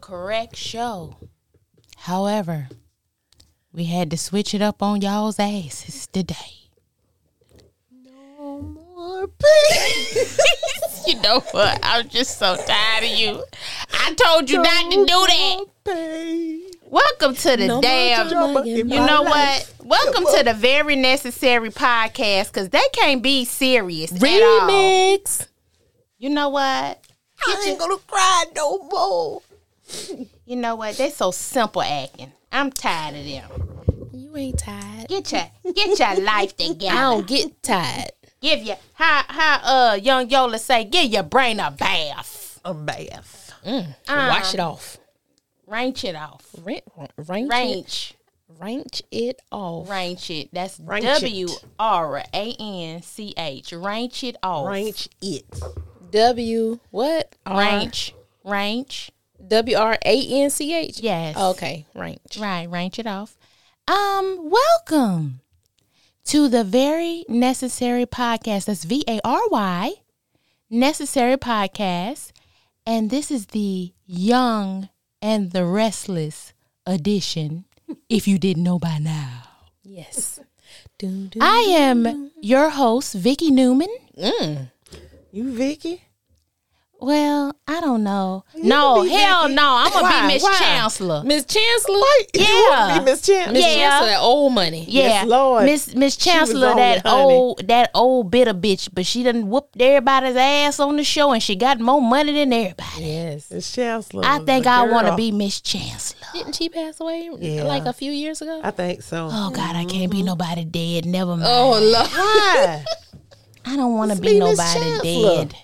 correct show. However, we had to switch it up on y'all's asses today. No more please. you know what? I'm just so tired of you. I told you not to do that. Welcome to the damn. You know what? Welcome to the very necessary podcast because they can't be serious at all. Remix. You know what? I ain't gonna cry no more. You know what? They so simple acting. I'm tired of them. You ain't tired. Get your get your life I together. don't get tired. Give your how how uh young Yola say, give your brain a bath. A bath. Mm. Wash it off. Range it off. Ran- Range, range, Range. range it off. Range it. That's Range it. W R A N C H. Range it off. Range it. W what? R- Range. Range. W R A N C H. Yes. Okay. Range. Right, range it off. Um, welcome to the very necessary podcast. That's V A R Y, necessary podcast, and this is the young and the restless edition. if you didn't know by now, Yes. Dun, dun. I am your host, Vicky Newman. You Vicky? Well, I don't know. no, be hell Vicky. no. I'm gonna Why? be Miss Why? Chancellor. Miss Chancellor. You Yeah. wanna be Miss Chan? Miss Yeah. Chancellor, that old money. Yeah, Yes, Lord. Miss Miss Chancellor, on that it, honey. old that old bitter bitch, but she done whooped everybody's ass on the show, and she got more money than everybody. Yes. Miss Chancellor. I was think the I want to girl. be Miss Chancellor. Didn't she pass away Yeah. like a few years ago? I think so. Oh God, I can't be nobody dead. Never mind. oh Lord. Why? I don't want to be be Miss nobody Chancellor. dead.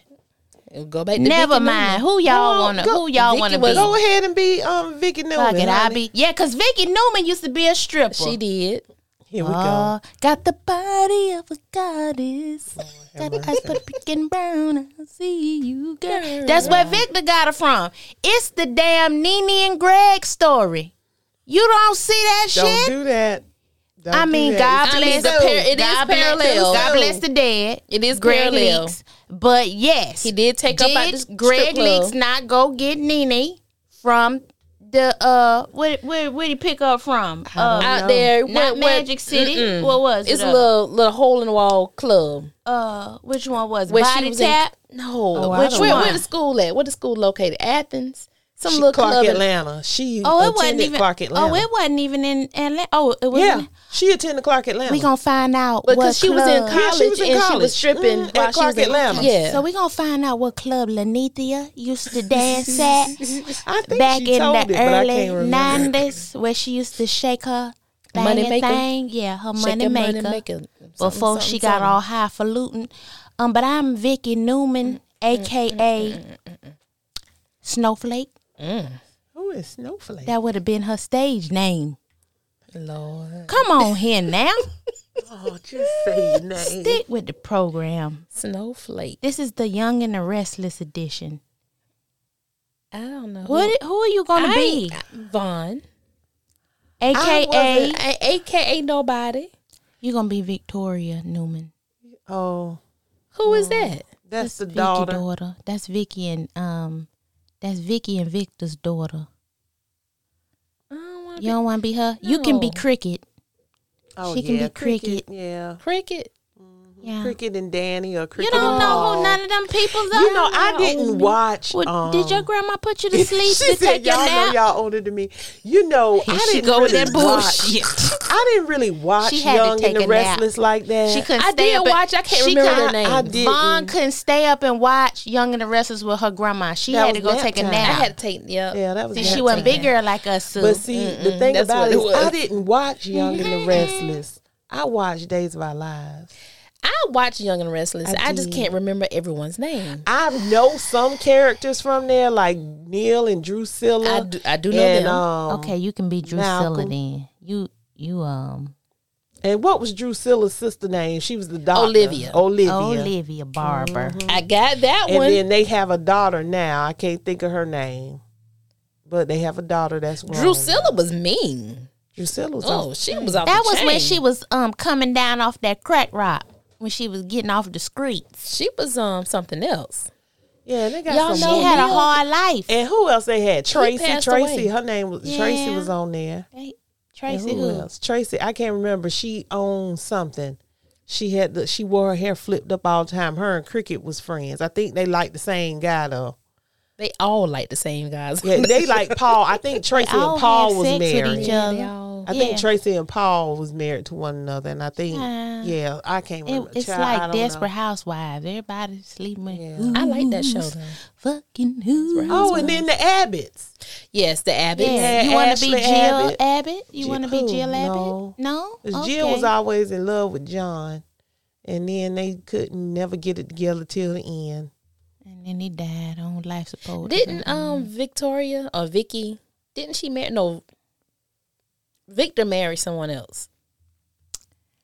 Go back. To Never Vicky mind. Newman. Who y'all wanna? go- who y'all Vicky wanna was be? Go ahead and be um Vicky Newman. Fuck it, I honey. be yeah. Cause Vicky Newman used to be a stripper. She did. Here we go. Uh, got the body of a goddess. Got the eyes put pink and brown. I see you, girl. That's where Victor got it from. It's the damn Nene and Greg story. You don't see that Don't shit? do that. Don't I do mean, that. God I mean, bless. it's a par- it God is bless- parallel. God bless the dead. It is Greg parallel. Leaks. But yes, He did take up out this Greg strip club. Leaks not go get Nene from the uh? Where where where he pick up from? Uh, out there. not Magic City. What was It's it? a uh, little little hole in the wall club. uh which one was it? Where she Body was in- Tap? Oh, No, I which don't where, know. where the school at? Where the school located? Athens. Some She- little Clark club. in- Atlanta. She oh, it attended wasn't even Clark Atlanta. Oh, it wasn't even in Atlanta. Oh, it was yeah, in- she attended Clark Atlanta. we going to find out what because she was in club. college Yeah, she was in and she college. was stripping Mm, at while she Clark was in Atlanta. Yeah. So we going to find out what club Lanithia used to dance at I think back she in told the it, but I can't early remember. 90s where she used to shake her thing Money and maker. thing. Yeah, her Shake money your maker. maker. Something, before she something, got something. all highfalutin. Um, but I'm Vicky Mm, Newman, a.k.a. Snowflake. Who is Snowflake? That would have been her stage name. Lord. Come on here now. oh, just say your name. Stick with the program. Snowflake. This is the Young and the Restless edition. I don't Mm-hmm. know. What? i- Who are you gonna I be? ain't- Vaughn. AKA, I- AKA nobody. you're gonna be Victoria Newman. Oh, Who is that? that's the Vicky daughter. That's Vicky and um, that's Vicky and Victor's daughter. I don't want to You don't want to be her. You can be No. Cricket. Oh, She can yeah, be Cricket. Yeah, cricket. Yeah. Cricket and Danny or You Cricket. don't and know who Paul. none of them people's are. You know, I didn't watch. Well, um, did your grandma put you to sleep she to take said, your "Y'all nap? know y'all older than me." You know, I didn't really watch. I didn't really watch She had to Young take and a the nap. Restless like that. She couldn't. I stay did up at- watch. I can't she remember couldn't- their name. I did. Vaughn couldn't stay up and watch Young and the Restless with her grandma. She That had to was go nap take a time. nap. I had to take. Yep. Yeah, that was. See, nap she wasn't time. bigger like us, Sue. But see, the thing that's about what it it is, I was. didn't watch Young and the Restless. I watched Days of Our Lives. I watched Young and Restless. I I, just did. can't remember everyone's name. I know some characters from there, like Neil and I Drusilla. do- I do know and, them. Um, okay, you can be Drusilla Malcolm. then. You you um And what was Drusilla's sister name? She was the daughter. Olivia. Olivia. Mm-hmm. Olivia Barber. I got that And one. then they have a daughter now. I can't think of her name. But they have a daughter that's grown. Drusilla was mean. Drusilla's Oh, um, oh. she was off That the was chain. when she was um coming down off that crack rock when she was getting off the streets. She was um something else. Yeah, and they got Y'all some. know She more- had a Milk. hard life. and who else they had? Tracy. passed Tracy. away. Her name was Tracy Yeah. was on there. Hey, And Tracy, who who? else? Tracy. I can't remember. She owned something. She had the. She wore her hair flipped up all the time. Her and Cricket was friends. I think they liked the same guy though. They all like the same guys. Yeah, they like Paul. I think Tracy all and Paul had was sex with each married. other. Yeah, they all- I think Yeah. Tracy and Paul was married to one another, and I think Yeah. yeah, I can't It- remember. it's Child, I like don't know. Desperate Housewives. Everybody sleeping with Yeah. who's I like that show. Though. fucking who. Oh, and then the Abbots. Yes, the Abbott. Yeah. had You want to be Ashley Jill Abbott. Abbott? You Jill- want to be who? Jill No. Abbott? No. 'Cause Okay. Jill was always in love with John, and then they couldn't never get it together till the end. And then he died on life support. Didn't um Victoria or Vicky? Didn't she marry? No, Victor married someone else.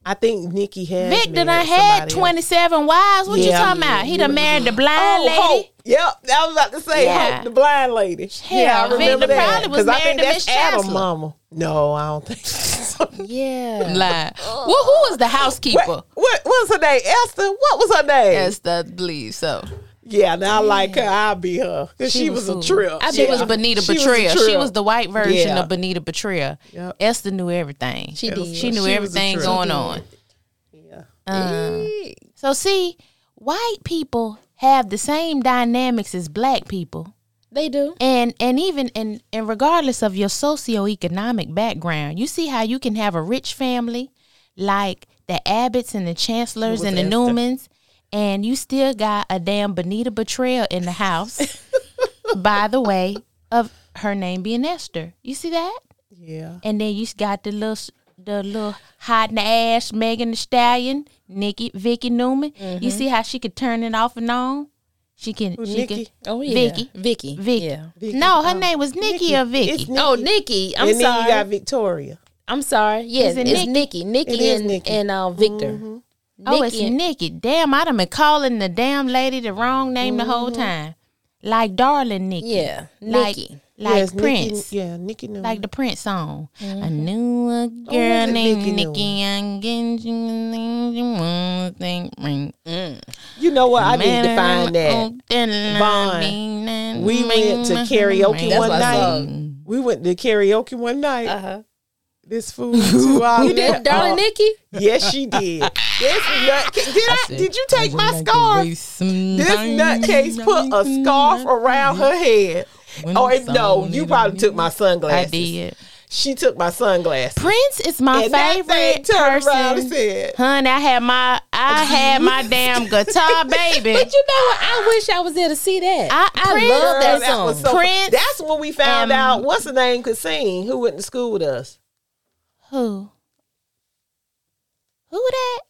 I think Nikki had Vic done married had somebody else. twenty seven wives. What you Yeah. talking about? He done married the blind Oh, lady. Hope. Yep, I was about to say Yeah. Hope, the blind lady. Hell, yeah, I Victor remember that. Crowley was 'cause I think married to that's Miss Adam's Chancellor. mama. No, I don't think so. Yeah, Lie. Well, who was the What, housekeeper? what, what was her name? Esther? What was her name? the believe so. Yeah, now I like her. I'll be her. Because she, was, a trip. I Uh, yeah. bet it was Benita She was a Betrayal. She trip. was the white version Yeah. of Benita Betrayal. Yep. Esther knew everything. She did. She knew She was a everything trip. going on. Yeah. Um, so see, white people have the same dynamics as black people. they do. and and even and and regardless of your socioeconomic background you see how you can have a rich family like the abbotts and the chancellors and the Esther. newmans and you still got a damn bonita betrayal in the house by the way of her name being esther you see that Yeah. and then you got the little s- the little hot in the ass megan the stallion nikki vicky newman Mm-hmm. you see how she could turn it off and on she can she Nikki? can Oh yeah, Vicky. Vicky, Vicky. Yeah. Vicky. No, her name was Nikki, or Vicky. It's Nikki. Oh Nikki, I'm and then sorry. you got Victoria. I'm sorry. Yes, it it's Nikki, Nikki, It is and Nikki. Mm-hmm. and uh, Victor. oh, it's Nikki. Nikki. Damn, I done been calling the damn lady the wrong name the Mm-hmm. whole time. Like darling Nikki. Yeah, Like, Nikki. like Yes, Nikki- Prince. yeah, Nikki knew. Like the Prince song. I knew a girl was named it Nikki Nikki. I'm getting you one thing ring. you know what? I need to Man, find that. oh, then Vaughn. I'll be na- We went to na- karaoke na- That's one my night. song. We went to karaoke one night. Uh huh. This fool two hours. You did, darling Uh-huh. Nikki. Yes, she did. This nut. Did I? said, did you I take would my like to scarf? waste some This time nutcase put a scarf around her head. When Oh I'm no, song, you it probably took my I sunglasses. did. She took my sunglasses. Prince is my and that thing favorite turned around and person. said, Honey, I had my I had my damn guitar, baby. But you know what? I wish I was there to see that. I- Prince- love that Girl, that song. was so- Prince um, That's when we and- found out what's the name could sing. Who went to school with us? Who? Who that?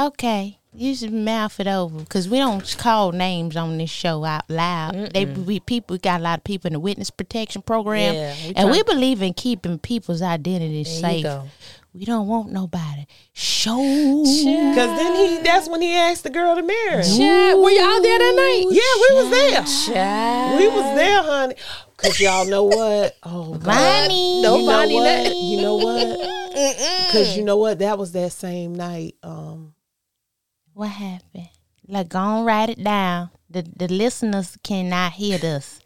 Okay, you should mouth it over because we don't call names on this show out loud. They we people we got a lot of people in the witness protection program, Yeah, we and try- we believe in keeping people's identities There you safe. go. We don't want nobody show. Because then he. That's when he asked the girl to marry. him. Child, were y'all there that night? Yeah, we was there. Child. We was there, honey. Cause y'all know what? Oh, God. Bonnie, You No, know Bonnie, what? let- You know what? Cause you know what? That was that same night. Um, What happened? Like, go on, write it down. The the listeners cannot hear this.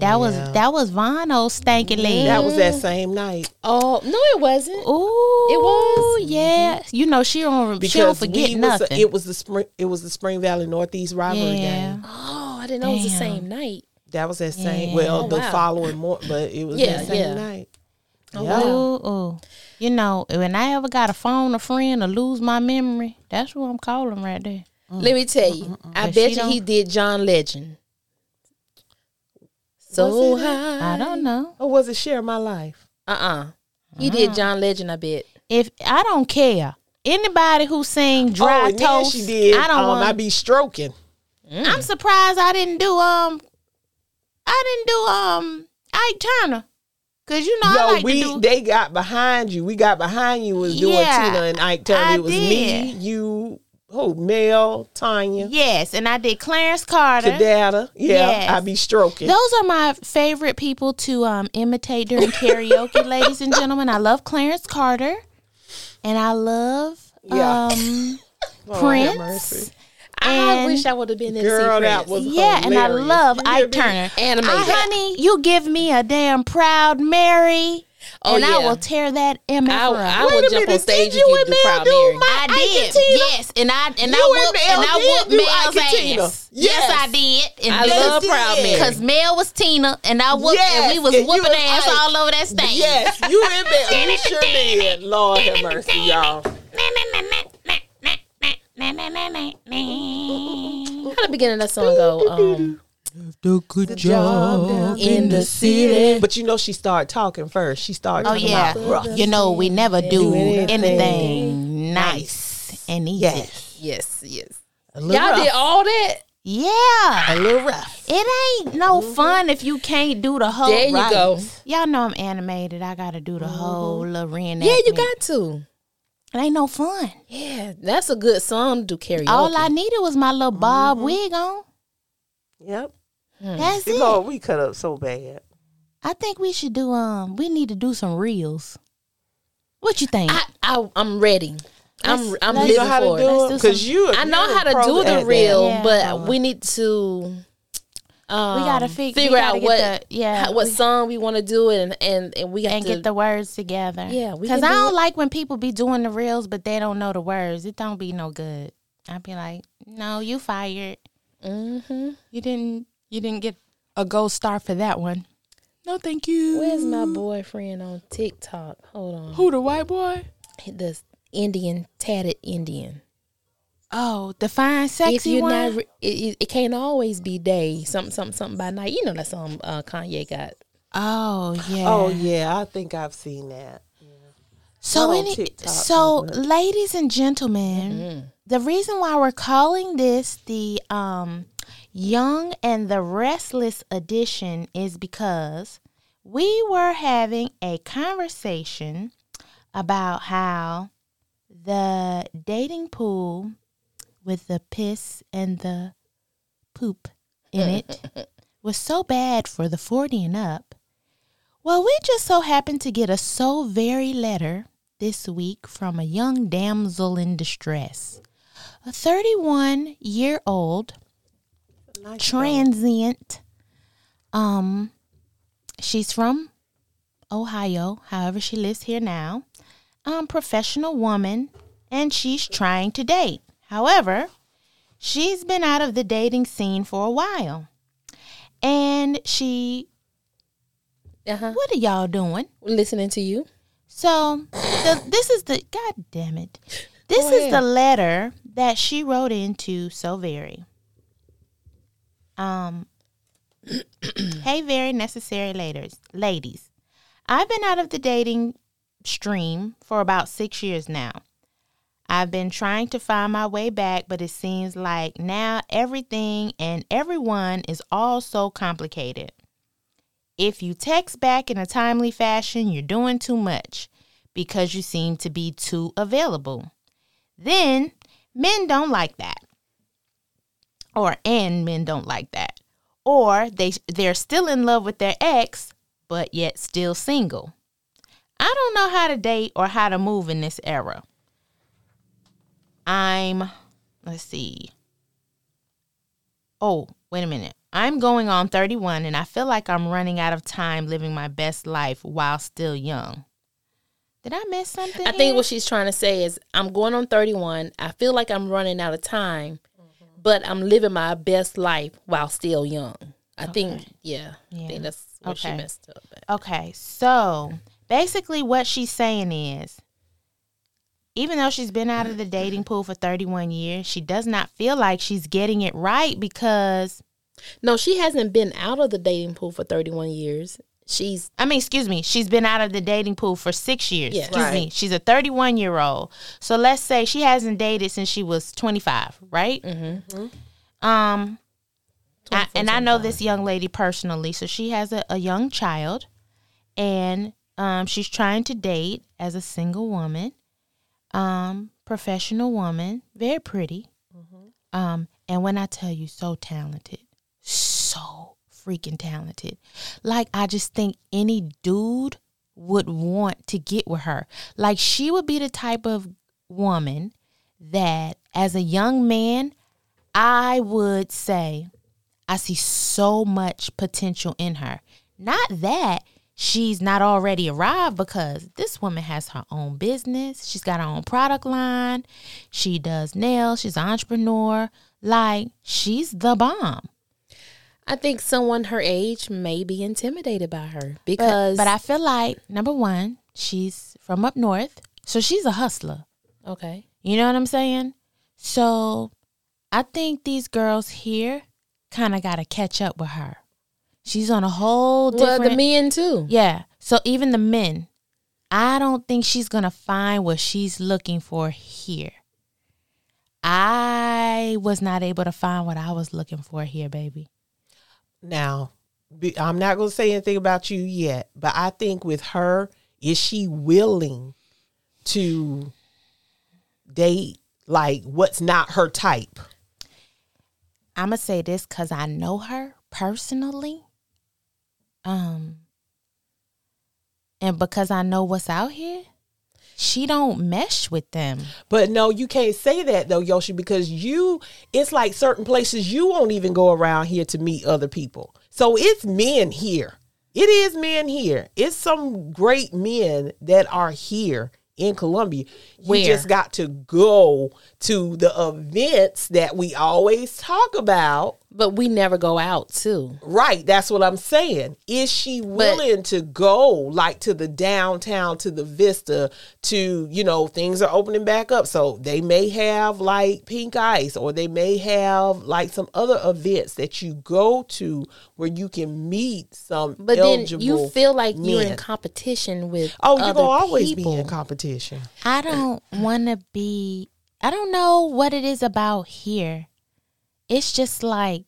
That was that was Vono's stanky leg. that was that same night. Oh no, it wasn't. Ooh, It was? Yeah, you know she don't she don't Because forget we was, nothing. it was the spring. It was the Spring Valley Northeast rivalry yeah, game. Oh, I didn't know it was Damn. the same night. That was that same. Yeah. Well, Oh, the wow. following morning, but it was Yeah, that same yeah. night. ooh, ooh. Oh, You know, when I ever got a phone, a friend, or lose my memory, that's who I'm calling right there. Let me tell you, I But bet she you he did John Legend. So Was he I high. don't know Or Oh, was it Share My Life? Uh uh He did John Legend. I bet. if I don't care anybody who sing dry oh, and then toast. she did. I don't um, want I be stroking. I'm surprised I didn't do um I didn't do um Ike Turner. Cause you know No, I like we to do they got behind you. We got behind you was doing Yeah, Tina and Ike Turner. I It was me, did. you, who Mel, Tanya, Yes, and I did Clarence Carter. Kadada. Yeah, Yes. I be stroking. Those are my favorite people to um, imitate during karaoke, ladies and gentlemen. I love Clarence Carter, and I love Yeah. um, Lord have mercy. Prince. I And- wish I would have been in Girl, that Girl, was yeah, and I hilarious. love You hear Ike me? Turner. Animated. I- honey, you give me a damn proud Mary, Oh, and I yeah. will tear that MF I, I up. would jump on minute, stage did and you give and the Mel proud do Mary. my- I Ike did, and Tina? yes, and I and You I and whooped Mel and I did whooped do Ike and Mel's Tina. ass. Yes, Yes. I did. And I Mel- love did. Proud Mary. Cause Mel was Tina, and I whooped, and Yes, we was and you whooping and ass Ike. all over that stage. Yes, you in bed. You sure did. Lord have mercy, y'all. Oh, How the beginning of that song go? Um, Do good job in the city. But you know she started talking first. She started Oh talking yeah, about you know we never do anything anything nice and easy. Yes. yes, yes. A Y'all little rough. did all that. Yeah, a little rough. it ain't no fun if you can't do the whole. Mm-hmm. There you right. go. Mm-hmm. Y'all know I'm animated. I gotta do the whole little reenactment. Yeah, you got to. It ain't no fun. Yeah, that's a good song to do karaoke. All I needed was my little bob Mm-hmm. wig on. Yep. Mm. That's You it. know we cut up so bad. I think we should do. Um, we need to do some reels. What you think? I, I I'm ready. I'm Let's- I'm let's- You living know how for to it. Let's do do it because some- you. I you're know a how to pro do at the that. reel, Yeah. but we need to. Um, we gotta fig- we figure gotta out get what the- yeah, how- what we- song we want to do and and and we got and to get the words together. Yeah, we because can I do don't it. like when people be doing the reels, but they don't know the words. It don't be no good. I be like, no, you fired. hmm You didn't. You didn't get a gold star for that one. No, thank you. Where's my boyfriend on TikTok? Hold on, Who the white boy? the Indian tatted Indian. Oh, the fine, If sexy you're one. not, re- it, it, it can't always be day. Something, something, something by night. You know that song uh, Kanye got. oh yeah. Oh yeah, I think I've seen that. So Not on any TikTok, Mm-hmm. so ladies and gentlemen, the reason why we're calling this the um Young and the Restless edition is because we were having a conversation about how the dating pool with the piss and the poop in it was so bad for the 40 and up well, we just so happened to get a so very letter this week from a young damsel in distress. A 31 year old Nice transient. Um, she's from Ohio. However, she lives here now. Um, professional woman, and she's trying to date. However, she's been out of the dating scene for a while, and she. Uh huh. What are y'all doing? Listening to you. So the, this is the god damn it. This Go is the ahead. letter that she wrote into So Very. Um Hey very necessary ladies ladies. I've been out of the dating stream for about six years now. I've been trying to find my way back, but it seems like now everything and everyone is all so complicated. If you text back in a timely fashion, you're doing too much because you seem to be too available. Then men don't like that. Or and men don't like that. Or they they're still in love with their ex but yet still single. I don't know how to date or how to move in this era. I'm let's see oh, wait a minute. I'm going on 31 and I feel like I'm running out of time living my best life while still young. Did I miss something? I think what she's trying to say is, I'm going on 31. I feel like I'm running out of time, Mm-hmm. but I'm living my best life while still young. I think, yeah, I Yeah. think that's what she Okay. messed up. at. Okay, so basically, what she's saying is even though she's been out of the dating pool for 31 years, she does not feel like she's getting it right because, No, she hasn't been out of the dating pool for 31 years. She's I mean, excuse me, she's been out of the dating pool for six years. Yeah. Excuse me, Right. she's a 31 year old. So let's say she hasn't dated since she was 25, right? Um, I, and I know this young lady personally. So she has a, a young child, and um, she's trying to date as a single woman, um, professional woman, very pretty. Um, and when I tell you, so talented, so freaking talented. Like I just think any dude would want to get with her. Like she would be the type of woman that, as a young man, I would say I see so much potential in her. Not that she's not already arrived because this woman has her own business. She's got her own product line. She does nails. She's an entrepreneur. Like, she's the bomb. I think someone her age may be intimidated by her because. But I feel like, number one, she's from up north. So she's a hustler. okay. You know what I'm saying? So I think these girls here kind of got to catch up with her. She's on a whole Well, different. the men too. Yeah. So even the men, I don't think she's going to find what she's looking for here. I was not able to find what I was looking for here, baby. Now, be- I'm not going to say anything about you yet, but I think with her, is she willing to date like what's not her type? I'm gonna say this because I know her personally, um, and because I know what's out here, she don't mesh with them. But no, you can't say that though, Yoshi, because you it's like certain places you won't even go around here to meet other people. So it's men here. It is men here. It's some great men that are here in Columbia. You Where? just got to go to the events that we always talk about. But we never go out too. Right, that's what I'm saying. Is she willing to go like to the downtown, to the Vista, to, you know, things are opening back up. So they may have like pink ice or they may have like some other events that you go to where you can meet some But then you eligible feel like you're in men. competition with Oh, other you're gonna always people. be in competition. I don't want to be. I don't know what it is about here. It's just like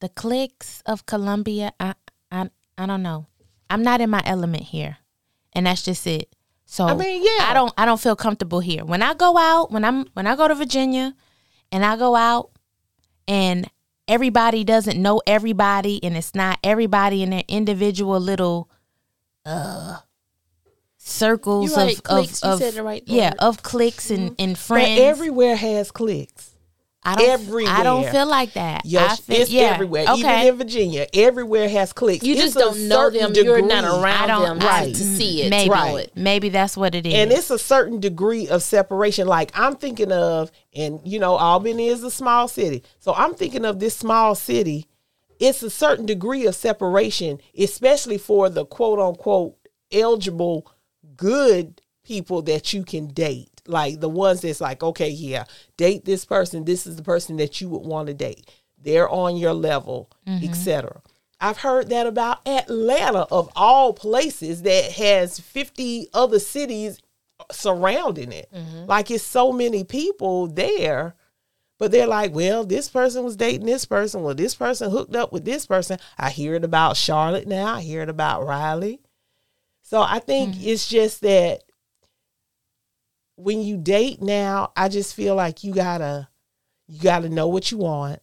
the cliques of Columbia. I, I, I don't know. I'm not in my element here, and that's just it. So I mean, yeah. I don't. I don't feel comfortable here. When I go out, when I'm, when I go to Virginia, and I go out, and everybody doesn't know everybody, and it's not everybody in their individual little uh circles You right, of of, cliques. You of said the right yeah word. of cliques and and Mm-hmm. But friends. everywhere has cliques. I don't, I don't everywhere. feel like that. I Yes, feel, it's yeah, everywhere. Even Okay, in Virginia, everywhere has cliques. You It's just a don't know them. certain You're not degree. I around don't them Right. to see it. maybe to know Right. it. maybe that's what it is. and it's a certain degree of separation. Like I'm thinking of, and you know, Albany is a small city, so I'm thinking of this small city. It's a certain degree of separation, especially for the quote unquote eligible good people that you can date. Like the ones that's like, okay, yeah, date this person. This is the person that you would want to date. They're on your level, etc. I've heard that about Atlanta of all places that has 50 other cities surrounding it. Like it's so many people there, but they're like, well, this person was dating this person. Well, this person hooked up with this person. I hear it about Charlotte now. I hear it about Riley. So I think it's just that when you date now, I just feel like you gotta you gotta know what you want.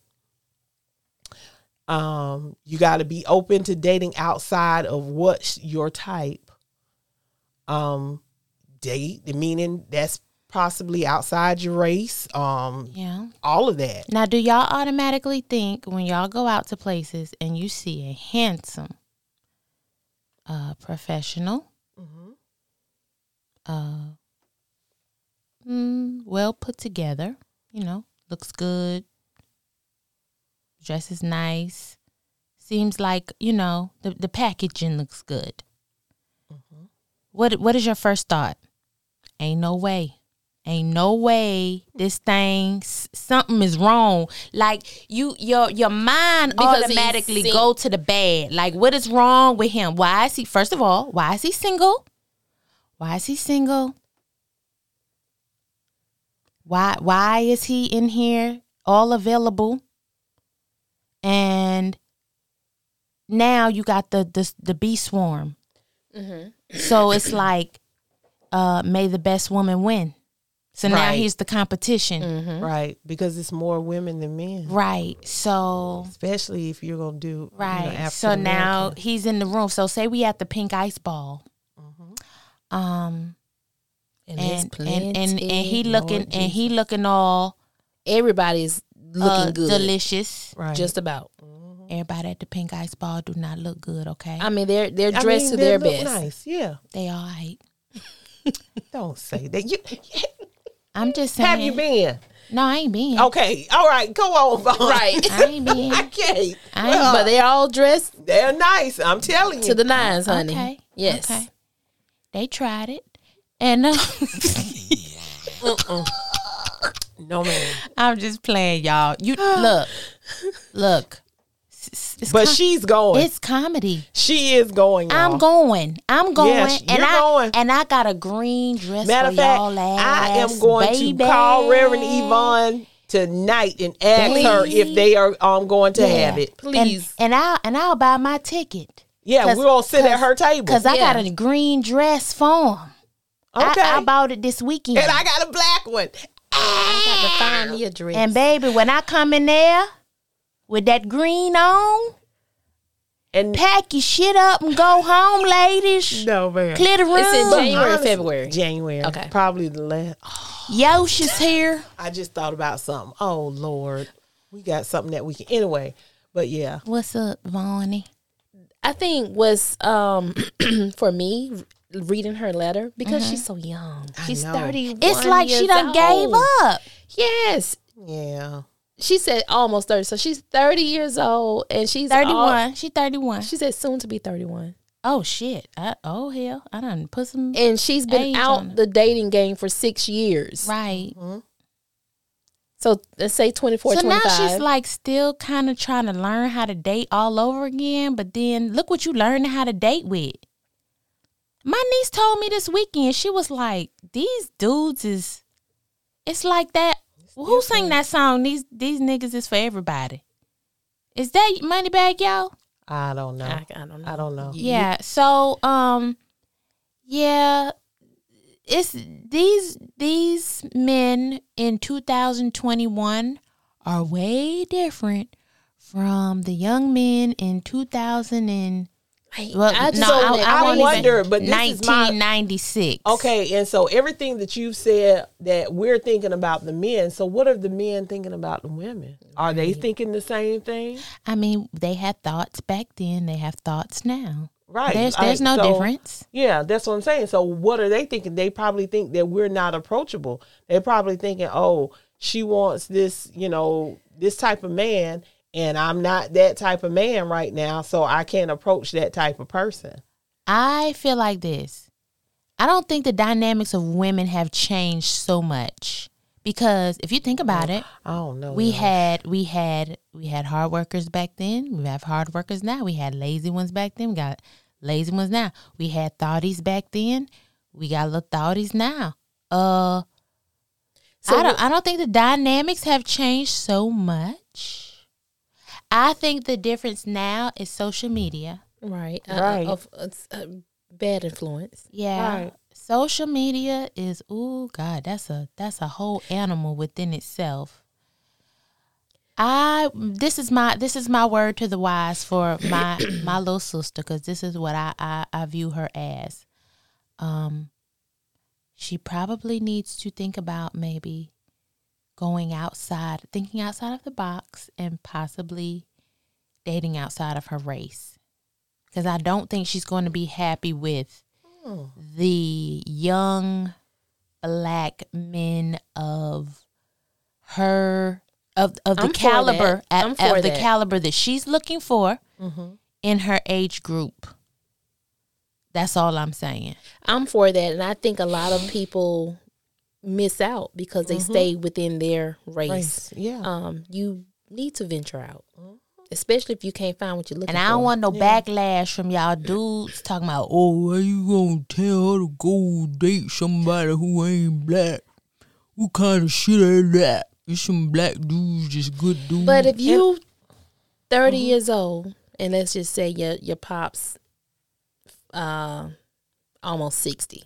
Um, you gotta be open to dating outside of what's your type. Um, date meaning that's possibly outside your race. Um, yeah. all of that. Now, do y'all automatically think when y'all go out to places and you see a handsome, uh, professional, uh, mm, well put together, you know, looks good, dresses nice, seems like you know the the packaging looks good. Mm-hmm. What what is your first thought? Ain't no way. Ain't no way this thing s- something is wrong. Like you your your mind Because he's automatically sing- go to the bad. Like what is wrong with him? Why is he first of all, why is he single? Why is he single? Why why is he in here all available? And now you got the the, the bee swarm. Mm-hmm. So it's like uh may the best woman win. So now Right. Mm. here's the competition. Right. Because it's more women than men. Right. So Especially if you're gonna do you know, right. so now African-American. he's in the room. So say we at the pink ice ball. Um And, it's and and, and and plenty. he looking and he looking all everybody's looking uh, good. delicious. Right. Just about. Everybody at the Pink Ice Ball do not look good, okay? I mean, they're they're I dressed mean, to they their look best. Nice. Yeah. they all right. Don't say that. You I'm just saying. have you been? Oh. No, I ain't been. Okay. All right. Go on. Vaughn. Right. I ain't been. I can't. I ain't- Well, but they're all dressed they're nice. I'm telling you. to the nines, honey. Okay. Yes. Okay. They tried it. And uh, no man. I'm just playing, y'all. You look, look. S- s- It's But com- she's going. it's comedy. She is going. I'm y'all. going. I'm going. Yes, and you're I going. and I got a green dress Matter for of fact, y'all ass, I am going baby. to call Reverend Yvonne tonight and ask her if Please. they are um, going to have Yeah. it. Please. And, and I'll and I'll buy my ticket. Yeah, we're gonna sit at her table. Because I got a Yeah. green dress for him. okay. I, I bought it this weekend. and I got a black one. I got to find me a dress. And baby, when I come in there with that green on, And pack your shit up and go home, ladies. no man. Clear the room. It's in January, Honestly, February. January. Okay. Probably the last. Yosh is here. I just thought about something. Oh Lord, we got something that we can anyway. But yeah, What's up, Vonnie? I think was um for me reading her letter because Mm-hmm. she's so young. She's know. thirty. It's like she done gave up. Yes. yeah. She said almost 30. So she's 30 years old and she's all- 31. she 31. she said soon to be 31. oh, shit. I, oh, hell. I done put some. And she's been Age on out it. the dating game for 6 years. right. So let's say 24, So now 25. she's like still kind of trying to learn how to date all over again. But then look what you learning how to date with. My niece told me this weekend. She was like, "These dudes is, it's like that. who sang that song? These these niggas is for everybody. Is that Moneybag Yo? I don't know. I, I don't know. I don't know. Yeah. So um, yeah, it's these these men in 2021 are way different from the young men in 2000 and Like, well, I just no, don't I, know. I I won't even- wonder, but this is my- 1996. Okay, and so everything that you've said that we're thinking about the men. So what are the men thinking about the women? Are they thinking the same thing? I mean, they had thoughts back then. They have thoughts now. Right. There's there's no Like, so- difference. Yeah, that's what I'm saying. So what are they thinking? They probably think that we're not approachable. They're probably thinking, "Oh, she wants this, you know, this type of man, and I'm not that type of man right now, so I can't approach that type of person." I feel like this. I don't think the dynamics of women have changed so much because if you think about it, I don't know. we y'all. had we had we had hard workers back then. We have hard workers now. We had lazy ones back then. We got lazy ones now. We had thoughties back then. We got little thoughties now. Uh, So I don't. what- I don't think the dynamics have changed so much. I think the difference now is social media. right. Right. Uh, of, it's uh, bad influence. Yeah. Right. Social media is oh god, that's a that's a whole animal within itself. I this is my this is my word to the wise for my my little sister because this is what I, I I view her as. Um, she probably needs to think about maybe going outside, thinking outside of the box, and possibly dating outside of her race. Because I don't think she's going to be happy with the young black men of her of of the I'm for caliber that. I'm of for the that. Mm-hmm. caliber that she's looking for in her age group. That's all I'm saying. I'm for that, and I think a lot of people miss out because Mm-hmm. they stay within their race. Race, yeah. Um, you need to venture out, especially if you can't find what you're looking And I don't for. want no backlash from y'all dudes talking about, oh, how you gonna tell her to go date somebody who ain't black? What kind of shit is that? It's some black dudes, just good dudes. But if you 30 Mm-hmm. years old, and let's just say your your pops, uh, almost sixty,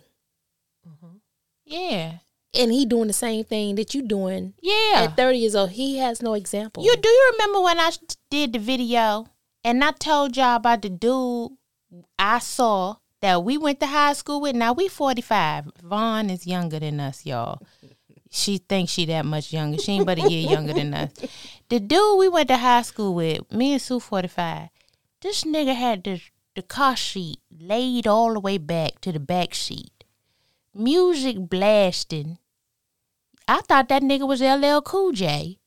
yeah, and he doing the same thing that you doing yeah. at thirty years old, he has no example. You do you remember when I did the video and I told y'all about the dude I saw that we went to high school with? Now we forty five. Vaughn is younger than us, y'all. she thinks she that much younger. She ain't but a year younger than us. The dude we went to high school with, me and Sue forty five, this nigga had the the car sheet laid all the way back to the back seat. Music blasting. I thought that nigga was LL Cool J.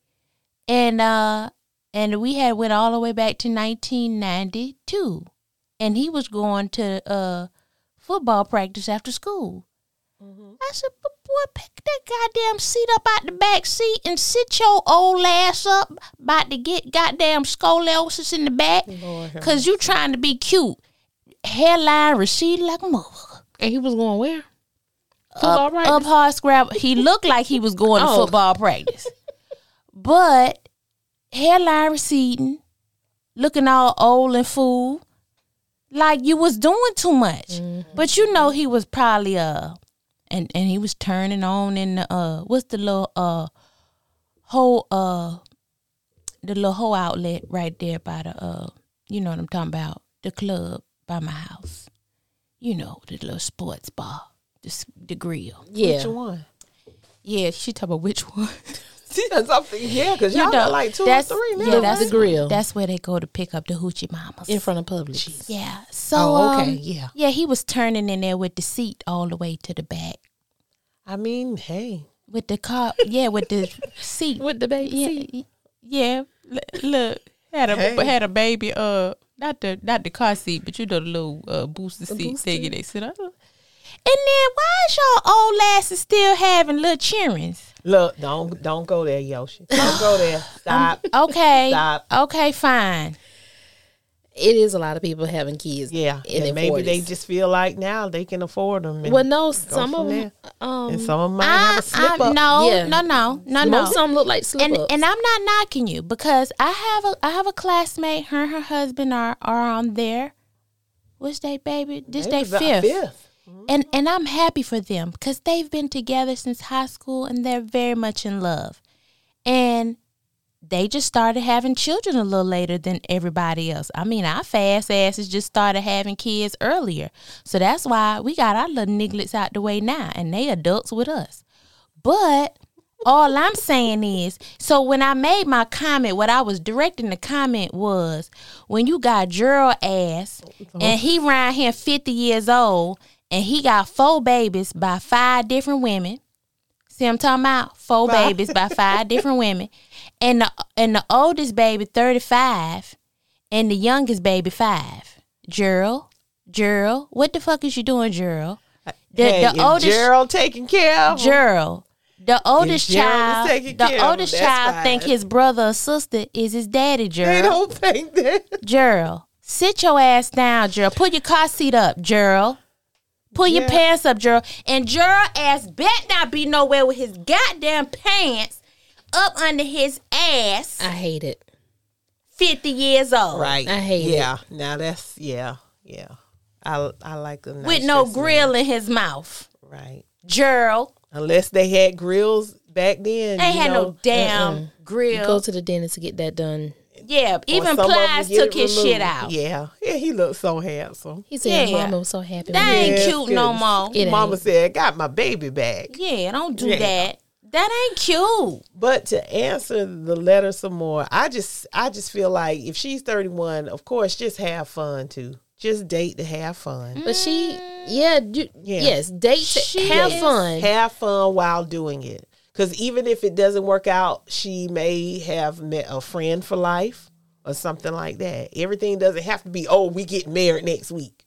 And uh and we had went all the way back to nineteen ninety two. And he was going to uh football practice after school. I said, but boy, pick that goddamn seat up out the back seat and sit your old ass up about to get goddamn scoliosis in the back because you trying to be cute. Hairline receded like a motherfucker. And he was going where? Football Up, practice? up hard scrabble. He looked like he was going to Oh. football practice. But hairline receding, looking all old and fool. Like you was doing too much. But you know he was probably uh and and he was turning on in the uh what's the little uh whole uh the little whole outlet right there by the uh you know what I'm talking about the club by my house you know the little sports bar the s- the grill Yeah. Which one? yeah she talk about which one Because I'm thinking, yeah, because y'all got like two or that's- three now. yeah that's The grill. that's where they go to pick up the hoochie mamas In front of public. yeah so Oh, okay, um, yeah. yeah he was turning in there with the seat all the way to the back I mean, hey. with the car yeah with the seat With the baby yeah, seat. y- yeah. L- look, had a Hey. had a baby. Uh, not the not the car seat, but you know the little uh, booster seat booster. thingy they sit up. And then why is y'all old asses still having little cheerings? Look, don't don't go there, Yoshi. Don't go there. Stop. Okay, Stop. okay, fine. It is a lot of people having kids. yeah. In And their maybe they 40s. just feel like now they can afford them. And, Well, no, some from of them. Um, and some of them might I, have a slip I- up. no, Yeah. no, no, no, no. most of them look like slip and ups. and I'm not knocking you because I have a I have a classmate. Her and her husband are are on there. What's they baby? This Maybe day about fifth. fifth. and and I'm happy for them because they've been together since high school and they're very much in love, and they just started having children a little later than everybody else. I mean, our fast asses just started having kids earlier, so that's why we got our little nigglets out the way now, and they adults with us. But all I'm saying is, so when I made my comment, what I was directing the comment was, when you got Gerald ass and he around here 50 years old and he got four babies by five different women. See, what I'm talking about four babies by five different women, and the and the oldest baby 35, and the youngest baby five. Gerald, Gerald, what the fuck is you doing, Gerald? The, hey, the if Gerald taking care of 'em, Gerald. The oldest Gerald is child, taking care of the him, oldest that's child fine. think his brother or sister is his daddy, They Gerald. don't think that. Gerald, sit your ass down, Gerald. Pull your car seat up, Gerald. Pull your Yeah. pants up, Gerald. And Gerald ass bet not be nowhere with his goddamn pants up under his ass. I hate it. Fifty years old, Right. I hate it. yeah. Now that's yeah, yeah. I I like them nice With no dresses. grill in his mouth, Right. Gerald. Unless they had grills back then. They you had know, uh-uh. no damn grill. Go to the dentist to get that done. yeah, or even some of 'em Plies get it took his shit removed. out. Yeah. Yeah, he looked so handsome. He said, Yeah. "Mama, I'm so happy." That when you- ain't Yes, cute no goodness. more. It ain't. Mama said, got my baby back. Yeah, don't do Yeah. that. That ain't cute. But to answer the letter some more, I just I just feel like if she's thirty one, of course, just have fun too. Just date to have fun. But she, yeah, you, Yeah. yes, date, She have is- fun. Have fun while doing it. Because even if it doesn't work out, she may have met a friend for life or something like that. Everything doesn't have to be, oh, we get married next week.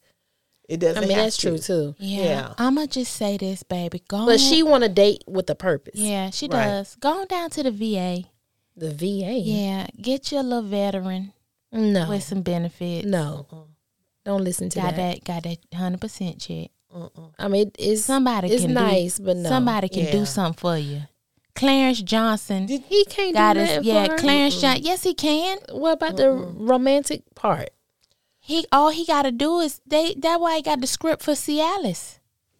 It doesn't I mean, have that's to. true too. Yeah. Yeah. I'ma just say this, baby. Go on. But she want to date with a purpose. Oh. Yeah, she Right. does. Go on down to the VA. The VA. Yeah. Get your little veteran No. with some benefits. Uh-uh. no. Don't listen Oh. to Got that. that got that hundred percent check. I mean, it's Somebody It's can nice, do, but no. somebody can do Yeah. something for you. Clarence Johnson He can't got do us that. yeah, for her. Mm. Clarence Johnson. Yes he can. What about the romantic part? He all he gotta do is they that why he got the script for Cialis.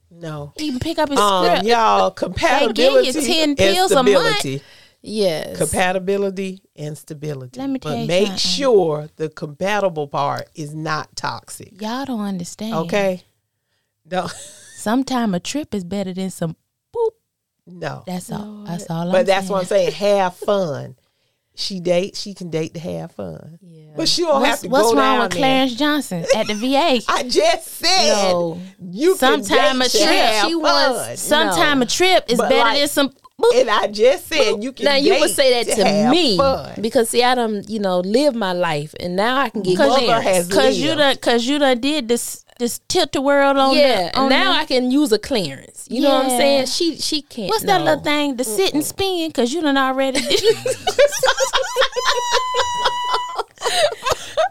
No. He can pick up his Oh, Um, script. y'all, compatibility 10 and pills a month. stability. Yes. Compatibility and stability. Let me tell but you make something. sure the compatible part is not toxic. Y'all don't understand. Okay? No. Sometime a trip is better than some boop No. That's all. That's all. But I'm that's saying. what I'm saying. Have fun. She date. She can date to have fun. Yeah. But she don't have What's, to what's go wrong down with there. Clarence Johnson at the VA? I just said No. you can sometime a date to trip. have She fun. wants sometime a trip is But better like- than some. boop. and I just said you can. now you would date say that to, have me fun. because see, I done you know live my life, and now I can get Mother clearance. has Cause you lived. done, cause you done did this, this tilt the world on. yeah. the, on now the- I can use a clearance. You know what I'm Yeah. saying? She she can't. what's that no. little thing? The sit and spin. Cause you done already. Did.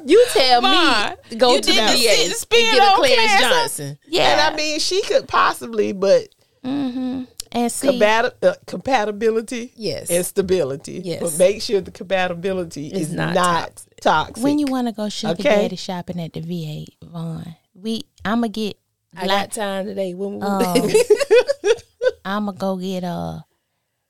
You tell Vaughn, me go you to did the the VA sit and and spin get a on Clarence Clarence. Johnson. yeah, And I mean, she could possibly, but and see, compat- uh, compatibility, Yes. and stability. Yes. but make sure the compatibility is not not, toxic. when you want to go sugar Okay. daddy shopping at the VA, Vaughn, we I'ma get I got time today. When we I'ma go get uh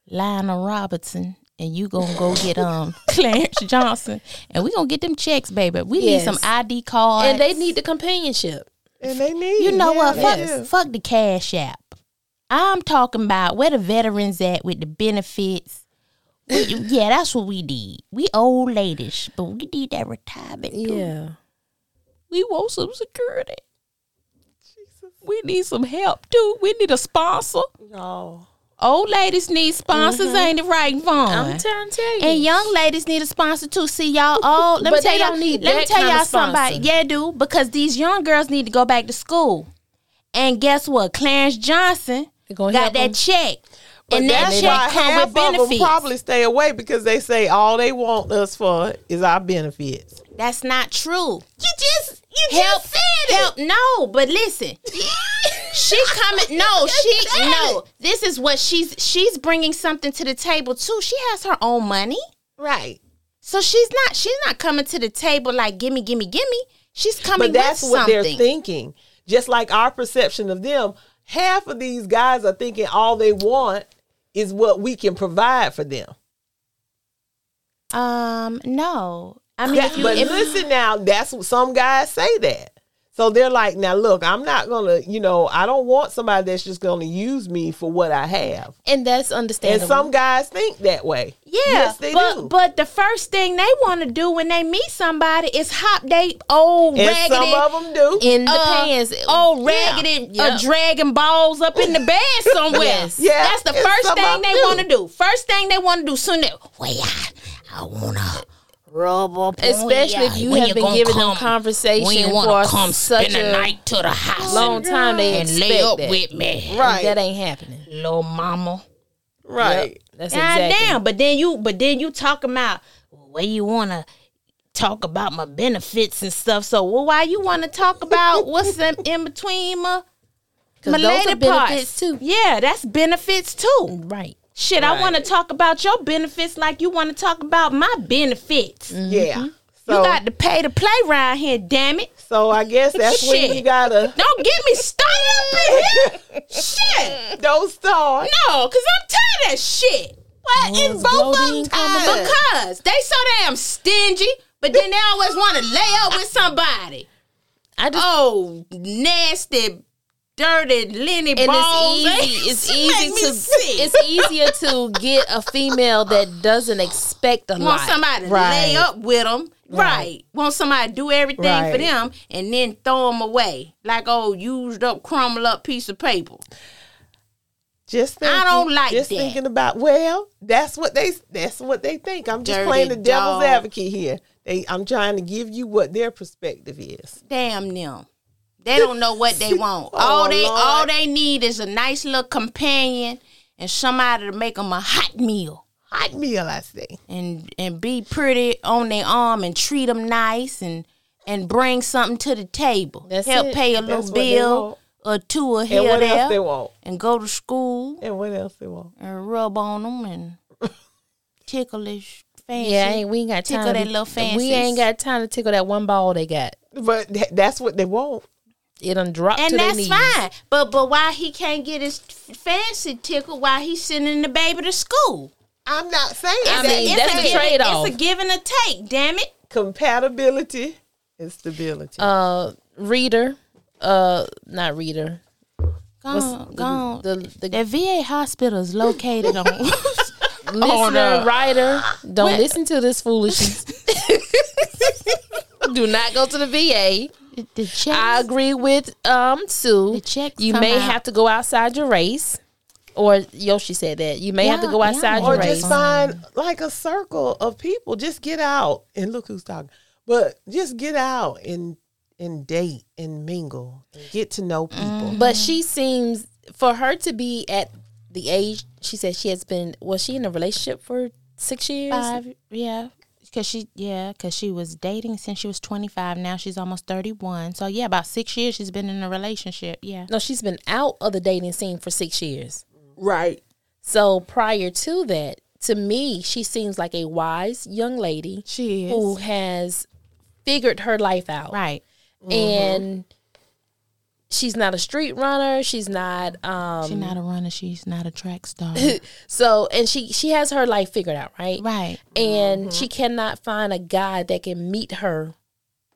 Lionel Robertson and you gonna go get um Clarence Johnson and we gonna get them checks, baby. We Yes. need some ID cards. and they need the companionship. and they need. you know yeah, what? they Fuck, do. fuck the cash app. I'm talking about where the veterans at with the benefits. We, yeah, that's what we need. We old ladies, but we need that retirement. too. Yeah. We want some security. We need some help too. We need a sponsor. No. Old ladies need sponsors, ain't it right, Vaughn? Mm-hmm. I'm trying to tell you. And young ladies need a sponsor too. See y'all all. Let me But tell they y'all. don't need let me that tell kind of y'all somebody. sponsor. Yeah, do because these young girls need to go back to school. And guess what? Clarence Johnson They got gonna that help 'em. check, But and that that's check why come half with of them benefits. probably stay away because they say all they want us for is our benefits. That's not true. You just you help, help. No, but listen, she coming. No, she no. This is what she's she's bringing something to the table too. She has her own money. right. So she's not she's not coming to the table like gimme gimme gimme. She's coming But that's with what they're something. thinking. Just like our perception of them, half of these guys are thinking all they want is what we can provide for them. um no. I mean That- if you but if, listen now, that's what some guys say that. So they're like, now look, I'm not gonna, you know, I don't want somebody that's just gonna use me for what I have. and that's And understandable. some guys think that way. yeah, yes, they but do. but the first thing they want to do when they meet somebody is hop they old and raggedy some of them do. in the uh, pants. old raggedy Yeah. uh, dragging balls up in the bed somewhere. Yes. Yeah, that's the and first some thing of 'em they do. want to do. First thing they want to do soon. They, well, I, I wanna rub up, on Especially ya. if you When have been gonna giving them come? conversation When you for wanna come such spend the a night to the house long and, time, they and expect lay up that. with me, right. That ain't happening. little mama. right. That's God exactly. damn! But then you, but then you talking about where you wanna talk about my benefits and stuff. So well, why you wanna talk about what's in, in between my, my Because those lady are parts? benefits too. Yeah, that's benefits too. Right. Shit, I wanna talk about your benefits like you wanna talk about my benefits. Mm. Yeah. So, Mm-hmm. you got to pay to play round here, damn it. so I guess that's when you Shit. gotta Don't get me started up in here. Shit. don't start. No, because I'm tired of that shit. What? Was It's both bloating of them coming up? Because they so damn stingy, but then they always want to lay up with somebody. I just Oh, nasty, dirty, Lenny and balls. it's They easy. make me It's easy to. sick. It's easier to get a female that doesn't expect a want lot. somebody to Right. lay up with them. Right. Want somebody to do everything for Right. them and then throw them away like old used up, crumble up piece of paper. Just thinking, don't like just that. thinking about well, that's what they that's what they think. I'm just Dirty playing the dog. devil's advocate here. They, I'm trying to give you what their perspective is. Damn them. They don't know what they want. all they Oh, Lord. all they need is a nice little companion and somebody to make them a hot meal Hot meal, I say. and and be pretty on their arm and treat them nice and and bring something to the table. That's Help it. pay a That's little what they bill want. or two or And here or what else they there want? and go to school. And what else they want? and rub on them and ticklish fancy. yeah, I ain't, we ain't got time. Tickle to- that little fancies. We ain't got time to tickle that one ball they got. But th- that's what they want. It done dropped and to their that's knees. fine. But but why he can't get his f- fancy tickle while he's sending the baby to school? I'm not saying I that. mean, that's the give- trade-off. It's a give and a take. Damn it. compatibility and stability. Uh, reader, uh, not reader. Gone, gone. The, the, that VA hospital is located on. listener, no. writer, don't listen to this foolishness. Do not go to the VA. the check. I agree with um Sue. The checks you come may out. have to go outside your race, or Yoshi said that you may have to Yeah, go yeah. outside Or your race. just find like a circle of people. Just get out and look who's talking. But just get out and and date and mingle. And get to know people. Mm. but she seems for her to be at the age she said she has been. Was she in a relationship for six years? five, yeah, because she, yeah, because she was dating since she was twenty five. Now she's almost thirty one. So yeah, about six years she's been in a relationship. Yeah, No, she's been out of the dating scene for six years. Right. So prior to that, to me, she seems like a wise young lady she who has figured her life out. right. Mm-hmm. And she's not a street runner. She's not um She's not a runner. She's not a track star. so and she she has her life figured out, right? right. Mm-hmm. And she cannot find a guy that can meet her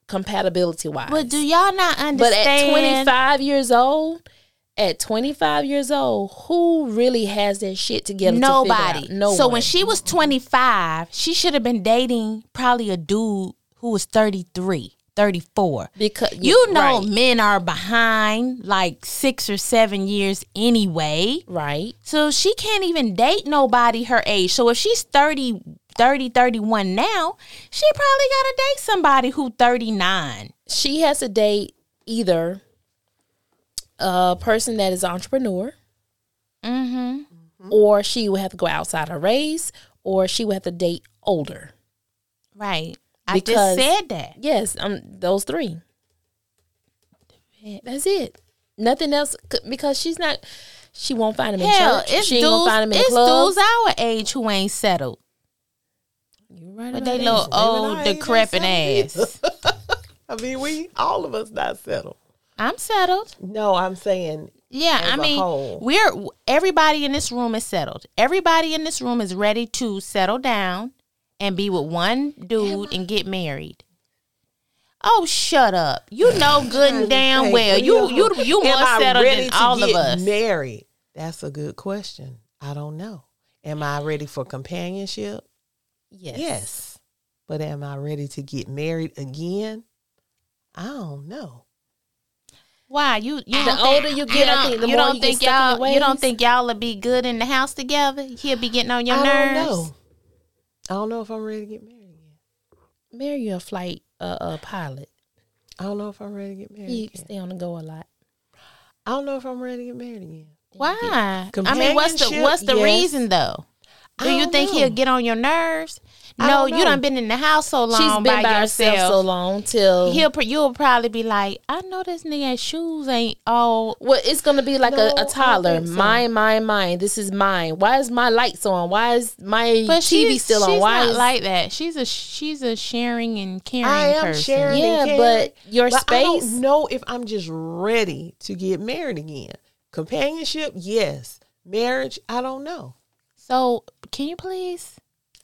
compatibility wise. But do y'all not understand? But at 25 years old, at 25 years old, who really has that shit together? nobody. No. So when she was 25, she should have been dating probably a dude who was 33, 34. because You know right, men are behind like 6 or 7 years anyway. right? So she can't even date nobody her age. So if she's 30 30 31 now, she probably got to date somebody who 39. She has to date either a person that is an entrepreneur, Mhm. or she would have to go outside her race, or she would have to date older. Right. Because- I just said that. Yes, um, those three. That's it. Nothing else c- because she's not. She won't find him in Hell, church. it's she ain't dudes, gonna find him in it's clubs. dudes our age who ain't settled. You're right But about they that. little I old ain't been decrepit settled ass. I mean, we all of us not settled. I'm settled. No, I'm saying Yeah, As I a mean, whole. we're everybody in this room is settled. Everybody in this room is ready to settle down and be with one dude and get married. Oh, shut up! You know good and damn Hey, well what do you you hope? you more Am I settled ready than to all of get us. Married. That's a good question. I don't know. Am I ready for companionship? Yes. Yes. But am I ready to get married again? I don't know. Why you you The don't older think- you get, I don't- think the you more don't you get think stuck in y'all your you don't ways. think y'all will be good in the house together. He'll be getting on your I nerves. don't know. I don't know if I'm ready to get married again. Marry a flight uh, uh, pilot. I don't know if I'm ready to get married He again. stay on the go a lot. I don't know if I'm ready to get married again. Why? I mean, what's the Companionship, what's the yes. reason though? I Do you don't think know. he'll get on your nerves? I No, don't you know. done been in the house so long She's been by, herself so yourself. long till He'll pr- you'll probably be like, I know this nigga's shoes ain't all. Well, it's gonna be like No, I a, a don't toddler. think so. Mine, mine, mine. This is mine. Why is my lights on? Why is my But TV she's, still on? she's Why not is like that. She's a she's a sharing and caring I am person. sharing. yeah? Caring. But your But I space. don't know if I'm just ready to get married again. Companionship, yes. Marriage, I don't know. So can you please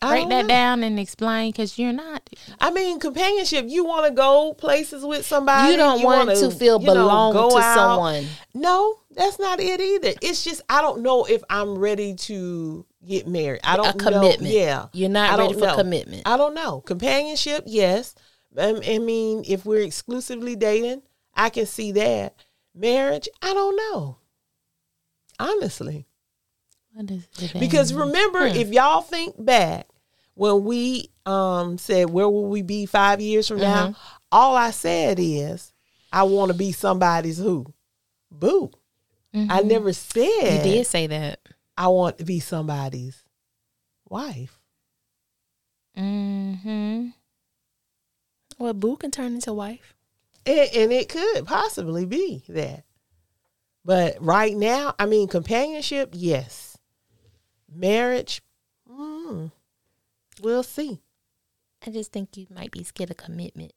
I break don't that know. down and explain? Because you're not. I mean, companionship. You want to go places with somebody. You don't want wanna, to feel you know, belong go to out. someone. No, that's not it either. It's just I don't know if I'm ready to get married. I don't A commitment. Know. Yeah, You're not I ready don't for know. commitment. I don't know. Companionship, yes. Um, I mean, if we're exclusively dating, I can see that. Marriage, I don't know. Honestly. What is it? Because remember, hmm. if y'all think back when we um said where will we be five years from Mm-hmm. now, all I said is I want to be somebody's who. Boo. I never Mm-hmm. you said did say that. I want to be somebody's wife. Mm-hmm. Well, boo can turn into wife. And, and it could possibly be that. But right now, I mean, companionship, yes. Marriage, mm, we'll see. I just think you might be scared of commitment.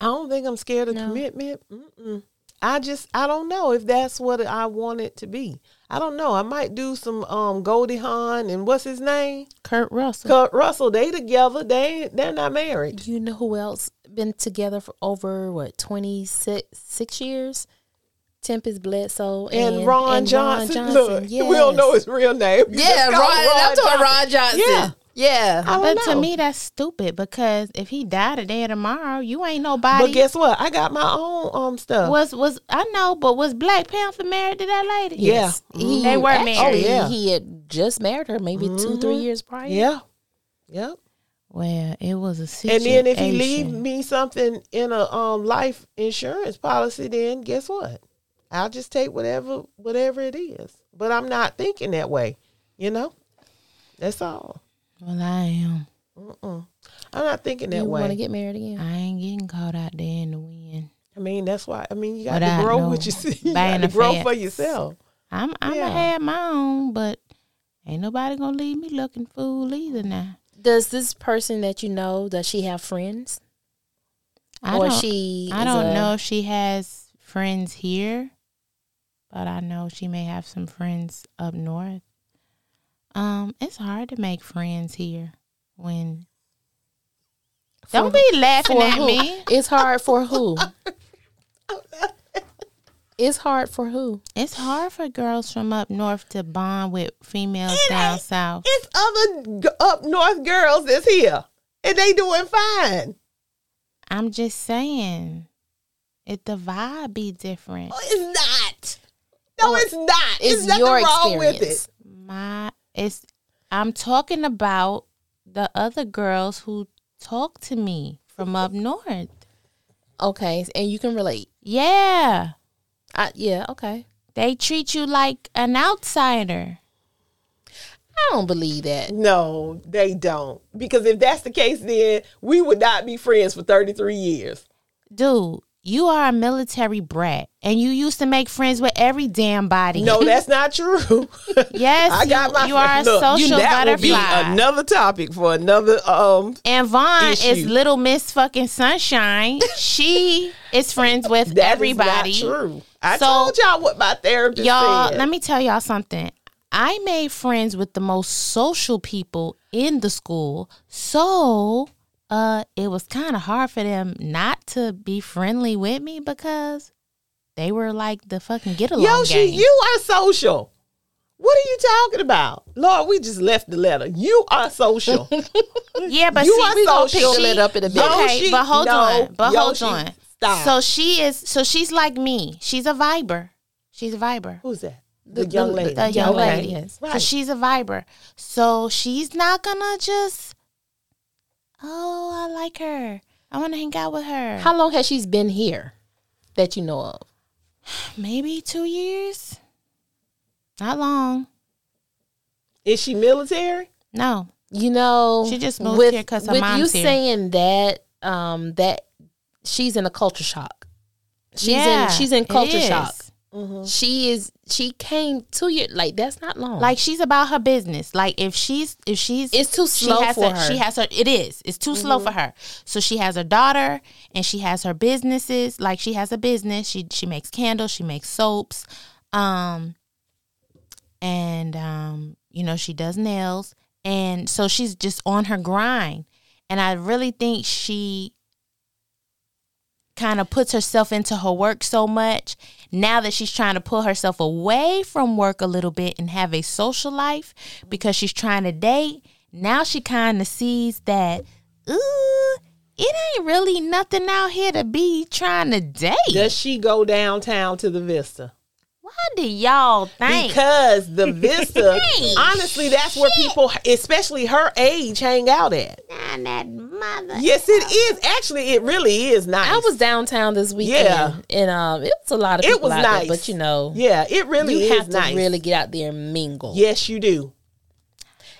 I don't think I'm scared of No. commitment. Mm-mm. I just I don't know if that's what I want it to be. I don't know. I might do some um Goldie Hawn and what's his name Kurt Russell. Kurt Russell. They together. They they're not married. You know who else been together for over what 26 six years? Tempest Bledsoe and, Ron, Johnson. Look, we don't know his real name. You just Yeah, call Ron. him I'm talking Ron Johnson. Yeah. Yeah. I don't But to know. me, that's stupid because if he died today or tomorrow, you ain't nobody. But guess what? I got my own um stuff. was was I know, but was Black Panther married to that lady? Yeah. Yes. He, They were actually, married. Oh, yeah. Mm-hmm. Mm-hmm. He had just married her maybe two, three years prior. Yeah. Yep. Well, it was a And situation. then if he leave me something in a um life insurance policy, then guess what? I'll just take whatever whatever it is. But I'm not thinking that way, you know. That's all. well, I am. Mm-mm. I'm not thinking that You want to way. get married again? I ain't getting caught out there in the wind. I mean, that's why. I mean, you got But to I grow know what you see. You got buying to a grow fence. for yourself. I'm I'm Yeah. gonna have my own, but ain't nobody gonna leave me looking fool either. Now Does this person that you know does she have friends I or don't. she? I is uh, don't a- know if she has friends here, but I know she may have some friends up north. Um, it's hard to make friends here when. Don't be laughing for at who? me. It's hard for who? it's hard for who? It's hard for girls from up north to bond with females down south. It's other g- up north girls that's here, and they doing fine. I'm just saying, it the vibe be different. No, Oh, it's not. Oh, No, it's not. It's, It's, nothing your wrong experience. with it. My it's I'm talking about the other girls who talk to me from up north. Okay, and you can relate. Yeah. I, yeah, okay. They treat you like an outsider. I don't believe that. No, they don't. Because if that's the case, then we would not be friends for 33 years. Dude, you are a military brat and you used to make friends with every damn body. No, that's not true. Yes, I got you, my you are a look, social that will be butterfly. another topic for another um and Vaughn is issue. little Miss fucking sunshine. she is friends with that is everybody. not true. I So- told y'all what my therapist y'all said. let me tell y'all something i made friends with the most social people in the school so uh it was kind of hard for them not to be friendly with me because they were like the fucking get along Yoshi, gang. you are social. What are you talking about? Lord, we just left the letter. You are social. yeah but you see, are we gonna social. pick- Fill it up in a bit. okay Yoshi, but hold no, on but Yoshi, hold on stop. so she is so she's like me she's a viber she's a viber Who's that? The, young lady. the uh, young Okay. lady. Yes. So Right. she's a viber. So she's not gonna just. Oh, I like her. I want to hang out with her. How long has she's been here that you know of? Maybe two years. Not long. Is she military? No. You know, She just moved here 'cause her with mom's you here. saying that um that she's in a culture shock. She's Yeah, in she's in it culture is. Mm-hmm. shock. She is she came two years like that's not long. Like she's about her business. Like if she's if she's It's too she slow has for her, Mm-hmm. her. She has her. It is. It's too slow for her. So she has her daughter and she has her businesses. Like she has a business. She she makes candles. She makes soaps. Um, and um, you know she does nails. And so she's just on her grind. And I really think she kind of puts herself into her work so much now that she's trying to pull herself away from work a little bit and have a social life because she's trying to date now she kind of sees that ooh it ain't really nothing out here to be trying to date Does she go downtown to the Vista? why do y'all think Because the Vista, Hey, honestly, that's where people, especially her age, hang out at. "Nah, that mother Yes, it is. Actually, it really is nice. I was downtown this weekend Yeah. and um it was a lot of It people was out nice, there, but you know yeah, it really you is have to nice. really get out there and mingle. yes, you do.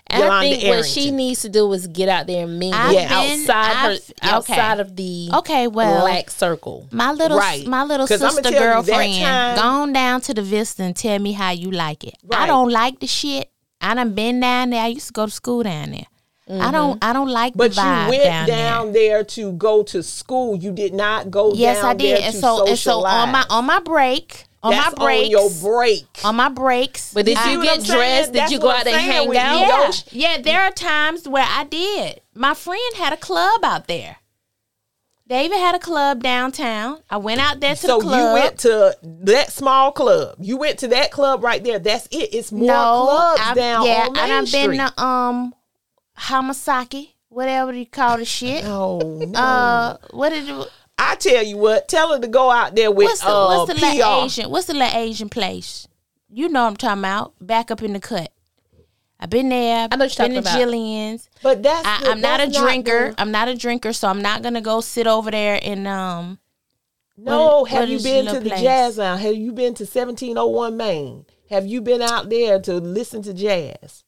And I Yolanda think what she Arrington. needs to do is get out there and mingle I've Yeah. been- outside her I've- okay. outside of the Oh, okay well black circle. my little Right. my little 'Cause I'ma sister tell you, that girlfriend time- gone down to the Vista and tell me how you like it. Right. I don't like the shit. I done been down there. I used to go to school down there. I don't I don't like But the you vibe went down, down, there. there. to go to school. You did not go. Yes, down I did. There And to so and so on my socialize. on my break on That's my breaks on your break. on my breaks. But did I- you what I'm get saying? dressed? Did That's you go what out I'm and saying hang with out? you. yeah, Yosh? yeah, there are times where I did. My friend had a club out there. David had a club downtown. I went out there to So the club. you went to that small club. You went to that club right there. That's it. It's more clubs I've- down yeah, on I Main done Street. been to um Hamasaki, whatever you call the shit. oh no! Uh, what did it, I tell you what. Tell her to go out there with what's the uh, what's the PR. little Asian what's the little Asian place? You know what I'm talking about. Back up in the cut. I've been there. I know what you're been to talking about. Jillian's. But that's I, the- I'm not a that's drinker. Uh, the- I'm not a drinker, so I'm not gonna go sit over there and um. no, what have you is your been to little the place? jazz lounge? Have you been to 1701 Main? Have you been out there to listen to jazz?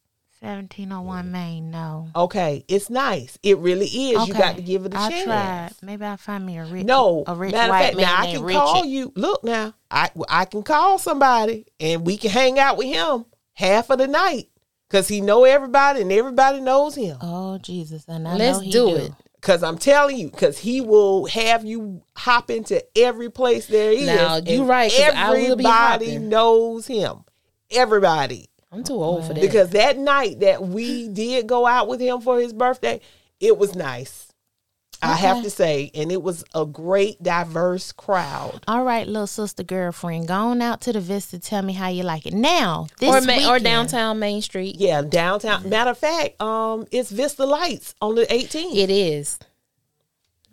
1701 Main. oh No. Okay, it's nice. It really is. You got to give it a I'll chance. Try. Maybe I'll find me a rich No, a rich matter of white fact, man now I named can Richard. call you. Look now, I I can call somebody and we can hang out with him half of the night because he know everybody and everybody knows him. Oh Jesus! And I Let's know he do it. Because I'm telling you, because he will have you hop into every place there is. Now, you and right, 'cause I will be Everybody hopping. knows him. Everybody. I'm too old for that. Because that night that we did go out with him for his birthday, it was nice. I have to say. And it was a great, diverse crowd. All right, little sister girlfriend, go on out to the Vista. Tell me how you like it now. This or ma- or weekend. downtown Main Street. Yeah, Mm-hmm. downtown. Matter of fact, um, it's Vista Lights on the 18th. It is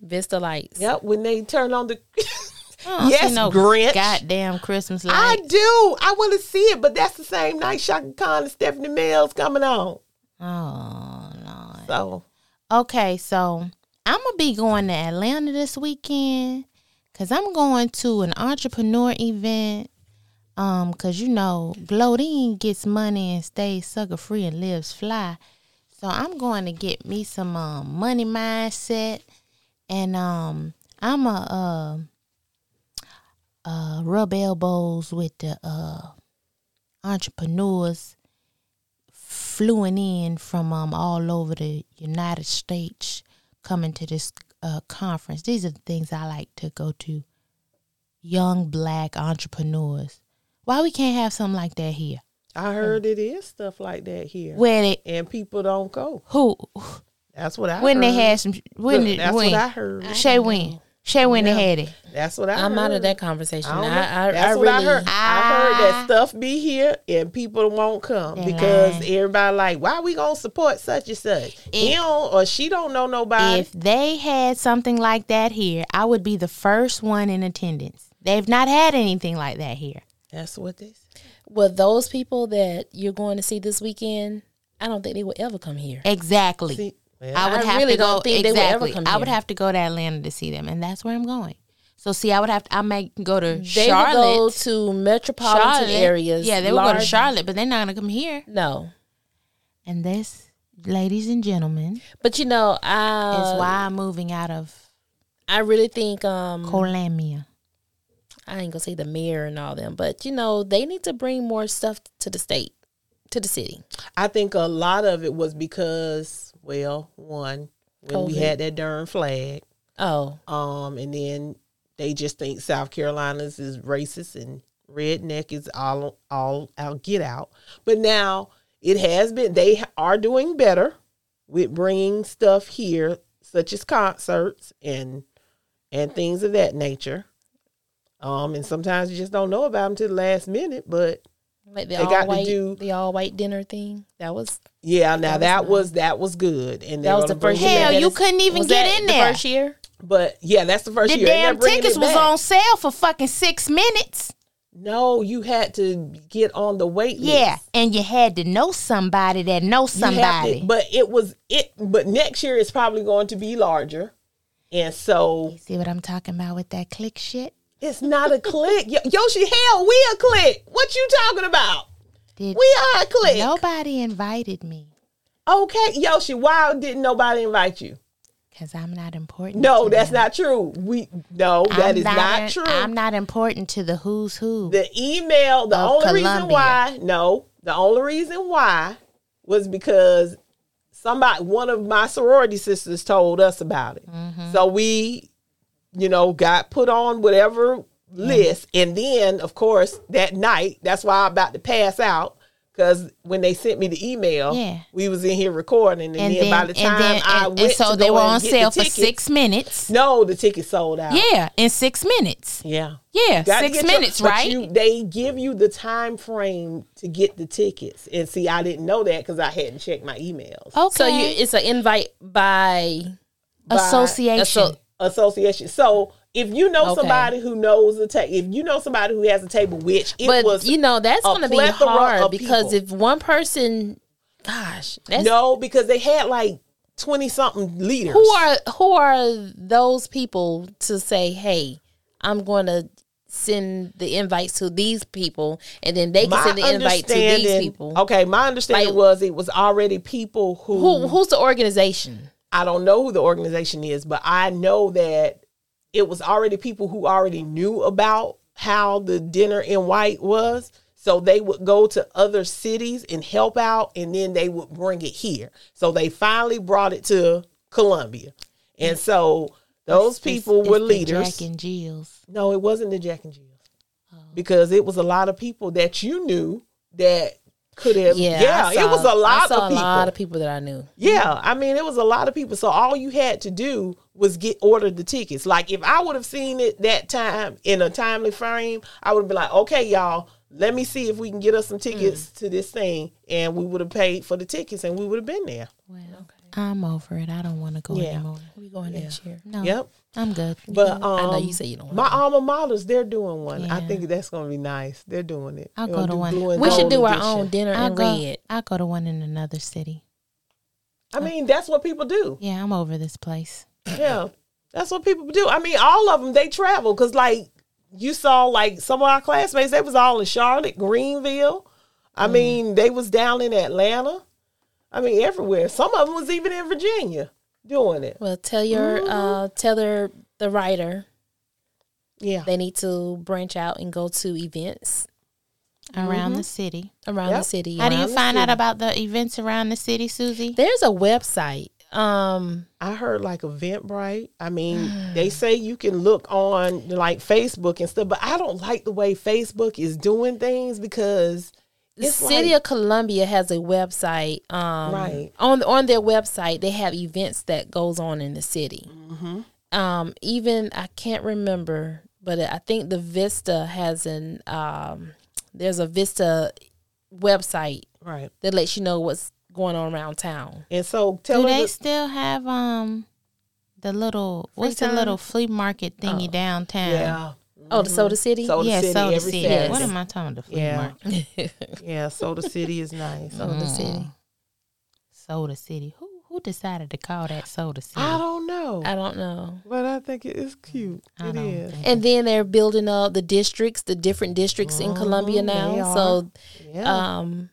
Vista Lights. Yep, when they turn on the. Oh, I don't see yes, no Grinch. Goddamn Christmas I light. do. I want to see it, but that's the same night Shaka Khan and Stephanie Mills coming on. Oh Lord. So Okay, so I'm gonna be going to Atlanta this weekend because I'm going to an entrepreneur event. Um, cause you know, Glodine gets money and stays sucker free and lives fly. So I'm going to get me some um, money mindset, and um, I'm a uh, uh, rub elbows with the uh, entrepreneurs fluing in from um, all over the United States coming to this uh, conference. These are the things I like to go to. Young black entrepreneurs. Why we can't have something like that here? I heard it is stuff like that here, Where they and people don't go. who That's what I. when they heard. had some when Uh, Look, it- that's when what I heard. Shay when Shay when Yeah. they had it. That's what I. I'm out of heard. that conversation. I, don't know. I, I, I That's really what I heard. I Ah. heard that stuff be here and people won't come They because lying. everybody like, why we gonna support such and such? he don't or she don't know nobody. If they had something like that here, I would be the first one in attendance. They've not had anything like that here. That's what they. say. Well, those people that you're going to see this weekend, I don't think they will ever come here. Exactly. See, well, I would I have really to go, don't think they would ever exactly. come I would here. have to go to Atlanta to see them, and that's where I'm going. So see, I would have to. I may go to They Charlotte, will go to metropolitan Charlotte areas. Yeah, they will go to large- Charlotte, but they're not gonna come here. No, And this, ladies and gentlemen, but you know, is I why I'm moving out of I really think um Columbia. I ain't gonna say the mayor and all them, but you know, they need to bring more stuff to the state, to the city. I think a lot of it was because, well, one, when we COVID. had that darn flag, Oh, um, and then they just think South Carolina's is racist and redneck is all all out get out. But now it has been they are doing better with bringing stuff here, such as concerts and and things of that nature. Um, and sometimes you just don't know about them till the last minute, but like They the all got to white, do- the all white dinner thing. That was Yeah, now that That was, that was good, and they're that was gonna the first bring it year. Hell, back. That you is- couldn't even was get that in the there. First year, But yeah, that's the first The year. and they're damn bringing tickets it was back. on sale for fucking six minutes. No, you had to get on the wait list. Yeah, and you had to know somebody that knows You have to- somebody. but it was it. But next year it's probably going to be larger, and so you see what I'm talking about with that click shit? it's not a click. Yo- Yoshi, hell, we a click. What you talking about? Did We are a click. nobody invited me? Okay, Yoshi, why didn't nobody invite you? Cause I'm not important. No, to that's them. not true. We no, that I'm is not, in- true. I'm not important to the who's who. The email, the Of only reason Colombia. why, no, the only reason why was because somebody, one of my sorority sisters told us about it. Mm-hmm. So we, you know, got put on Mm-hmm. whatever list. And then, of course, that night, that's why I'm about to pass out Cause when they sent me the email, Yeah. we was in here recording, and, then, by the time and then, I and, went, and so to they go were and on get sale the for tickets- six minutes. No, the ticket sold out. Yeah, in six minutes. yeah. Yeah, Gotta six get your- minutes, but right? you- they give you the time frame to get the tickets, and see, I didn't know that because I hadn't checked my emails. okay. So you, it's an invite by association. asso- Association. So if you know Okay. somebody who knows the table, if you know somebody who has a table, which it but was, you know that's a going to be plethora hard of because people. if one person, gosh, that's, no, because they had like twenty something leaders. who are who are those people to say, hey, I'm going to send the invites to these people, and then they can send the invite to these understanding- people. Okay, my understanding Like- was it was already people who, Who who's the organization? I don't know who the organization is, but I know that it was already people who already knew about how the dinner in white was. So they would go to other cities and help out, and then they would bring it here. So they finally brought it to Columbia, and so those people It's were the leaders. Jack and Jill's. No, it wasn't the Jack and Jill's because it was a lot of people that you knew that could have. Yeah, I saw- it was a lot I saw of a people. lot of people that I knew. Yeah, I mean, it was a lot of people. So all you had to do was get ordered the tickets. Like if I would have seen it that time in a timely frame, I would have been like, okay, y'all, let me see if we can get us some Mm. tickets to this thing, and we would have paid for the tickets, and we would have been there. Well, I'm over it. I don't want to go Yeah. anymore. We going next year. No, Yep. I'm good. But um, Mm-hmm. I know you say you don't. my alma maters, they're doing one. I Yeah. think that's gonna be nice. They're doing it. I'll They're go gonna to do one. blue and we should gold do our edition. own dinner I'll and go, red. I'll go to one in another city. I mean, that's what people do. Yeah, I'm over this place. Yeah, that's what people do. I mean, all of them they travel because, like, you saw like some of our classmates. They was all in Charlotte, Greenville. I mean, they was down in Atlanta. I mean, everywhere. Some of them was even in Virginia doing it. Well, tell your Mm-hmm. uh, tell their the writer Yeah, they need to branch out and go to events Around Mm-hmm. the city. around the Yep. city. How do you around- find out about the events around the city, Susie? There's a website. Um, I heard like Eventbrite. I mean, they say you can look on like Facebook and stuff, but I don't like the way Facebook is doing things because the It's city like- of Columbia has a website. Um, Right. on on their website, they have events that goes on in the city. Mm-hmm. Um, even I can't remember, but I think the Vista has an um, there's a Vista website right. that lets you know what's going on around town. And so tell Do us. they still have um the little what's the time? little flea market thingy downtown? Oh. yeah. Oh, the Mm-hmm. Soda City. Soda Yeah, City so the every city. Saturday. What am I talking about? The flea Yeah. market. Mm. Yeah, Soda City is nice. Soda City. Soda City. Who who decided to call that Soda City? I don't know, I don't know. but I think it is cute. I It don't is. think- And then they're building up the districts, the different districts in Columbia Mhm, they now. are. So, Yeah, um,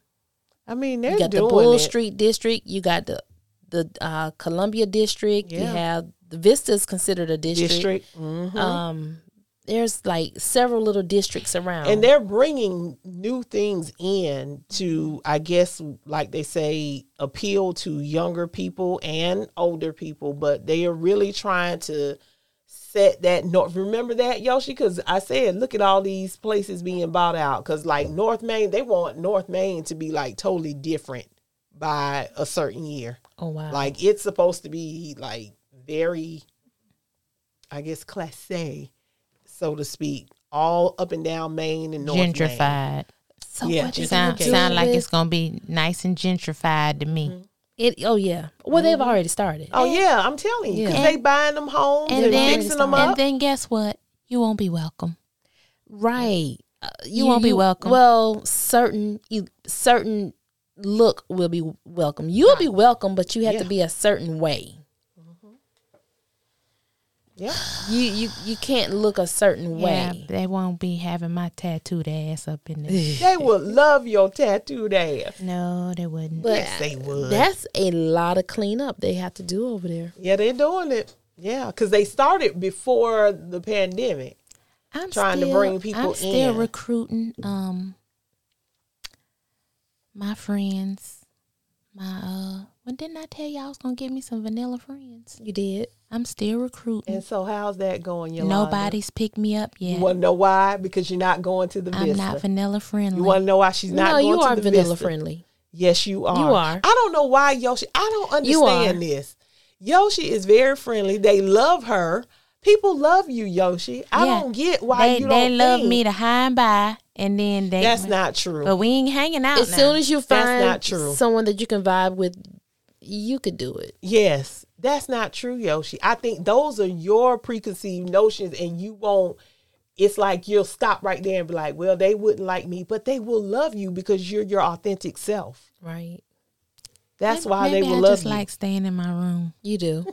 I mean you they're got the doing Bull it. Street district. You got the the uh, Columbia district. You Yeah. have the Vista's considered a district. district, Mhm. Um, there's like several little districts around. and they're bringing new things in to, I guess, like they say, appeal to younger people and older people. But they are really trying to set that north. Remember that Yoshi, because I said, look at all these places being bought out. Because like North Main, they want North Main to be like totally different by a certain year. oh wow, Like it's supposed to be like very, I guess, classe, so to speak, all up and down Maine and North Maine. gentrified. so yeah, what just- is Sound, Okay. sound like it's gonna be nice and gentrified to me. Mm-hmm. it? Oh yeah. Well, they've already started. Oh yeah, I'm telling you, 'cause Yeah. they buying them homes and, And then fixing them and up. then guess what? You won't be welcome. Right. Uh, You won't be welcome. Well, certain you certain look will be welcome. You'll be welcome, but you have to Yeah. be a certain way. yeah, You you you can't look a certain Yeah, way. they won't be having my tattooed ass up in there. they would love your tattooed ass. no, they wouldn't. But Yes, they would. that's a lot of cleanup they have to do over there. yeah, they're doing it. Yeah, because they started before the pandemic. I'm trying to still, bring people I'm still in. recruiting um my friends, my uh what And didn't I tell y'all I was gonna get me some vanilla friends? You did. I'm still recruiting. And so, how's that going, Yolanda? Nobody's picked me up You yet. want to know why? Because you're not going to the I'm Vista. not vanilla friendly. you want to know why she's not no, going you to are the vanilla Vista? friendly. Yes, you are. You are. I don't know why Yoshi. I don't You are. understand this. Yoshi is very friendly. They love her. People love you, Yoshi. I Yeah. don't get why they you they don't. love think- me Oh. to high and by, and then they. That's not true. But we ain't hanging out. As now. soon as you That's find not true. someone that you can vibe with, you could do it. Yes, that's not true, Yoshi. I think those are your preconceived notions, and you won't. It's like you'll stop right there and be like, "Well, they wouldn't like me, but they will love you because you're your authentic self." Right. That's why Maybe they will I love just you. like staying in my room. You do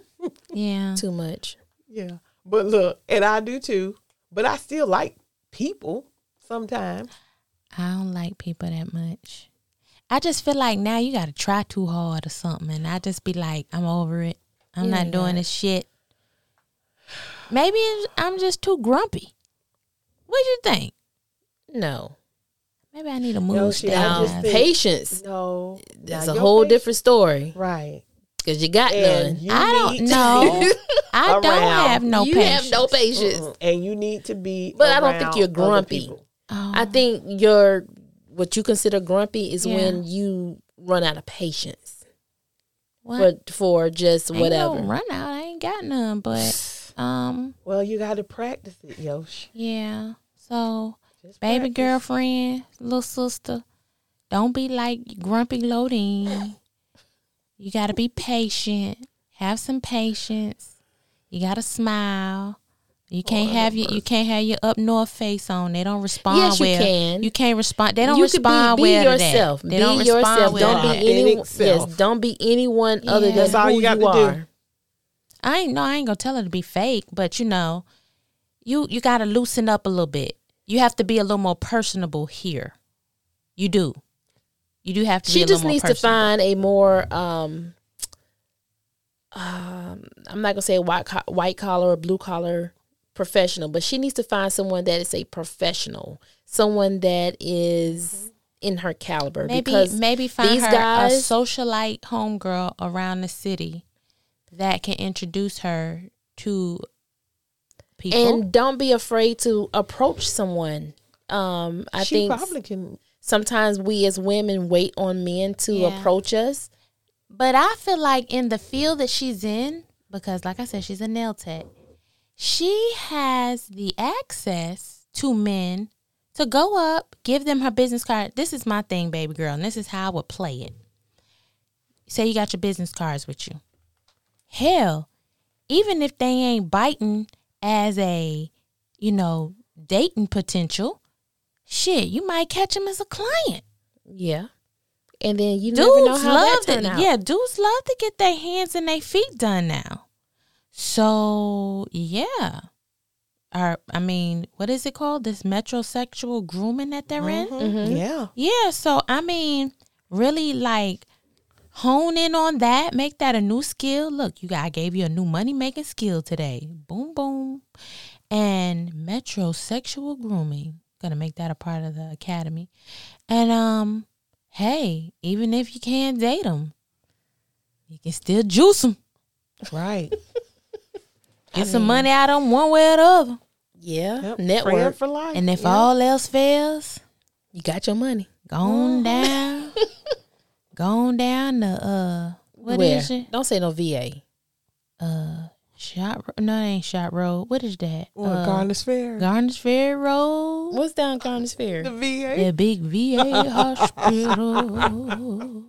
Yeah. too much. yeah, but look, and I do too. But I still like people sometimes. I don't like people that much. I just feel like now you got to try too hard or something. And I just be like, I'm over it. I'm You not ain't doing got this shit. Maybe it's- I'm just too grumpy. What do you think? No. Maybe I need a mood Yoshi, I Now, just think- stabilizer. patience. No, That's now a your whole face- different story right. because you got And none. you I don't need to know. I don't around. have no you patience. have no patience. be- and you need to be. But I don't think around you're other grumpy. people. Oh, I think your what you consider grumpy is Yeah. when you run out of patience what? for for just Ain't no whatever. run out. I ain't got none. But um, Well, you got to practice it, Yosh. yeah. So Just baby practice. girlfriend, little sister, don't be like grumpy loading. you got to be patient. Have some patience. You got to smile. Oh, You can't have your you can't have your up north face on. They don't respond Yes, you well. can. You can't respond. They don't you could respond be, be well to that. yourself. They be don't respond yourself. well don't to be that. that. any, Authentic yes. self. Don't be anyone other than Yeah. That's all who you got to do. are. I ain't no, I ain't gonna tell her to be fake, but you know, you you gotta loosen up a little bit. You have to be a little more personable here. You do. You do have to. be She a just little needs more to personable. find a more um, um I'm not gonna say white co- white collar or blue collar professional, but she needs to find someone that is a professional, someone that is in her caliber. Maybe because maybe find these her a guys- socialite homegirl around the city that can introduce her to people. and don't be afraid to approach someone. Um, I she think probably can. sometimes we as women wait on men to Yeah. approach us. But I feel like in the field that she's in, because like I said, she's a nail tech, she has the access to men to go up, give them her business card. This is my thing, baby girl, and this is how I would play it. Say you got your business cards with you. Hell, even if they ain't biting as a, you know, dating potential, shit, you might catch them as a client. Yeah. And then you never know Dudes how that love turned to, out. yeah, dudes love to get their hands and their feet done now. So yeah, or I mean, what is it called? This metrosexual grooming that they're Mm-hmm. in. Yeah. Yeah, so I mean, really like hone in on that, make that a new skill. Look, you got I gave you a new money making skill today. Boom boom. And metrosexual grooming. Gonna make that a part of the academy. And um, hey, even if you can't date them, you can still juice them. Right. Get some money out of them one way or the other. Yeah. Yep. Friend Network. for life. And if all else fails, You got your money. Mm. Gone down. gone down to uh what Where? is it? Don't say no VA. Uh Shot Ro- no it ain't Shot Road. What is that? Or uh, Garner's Fair. Garnish Fair Road. What's down Garner's Fair? the VA. The big VA hospital.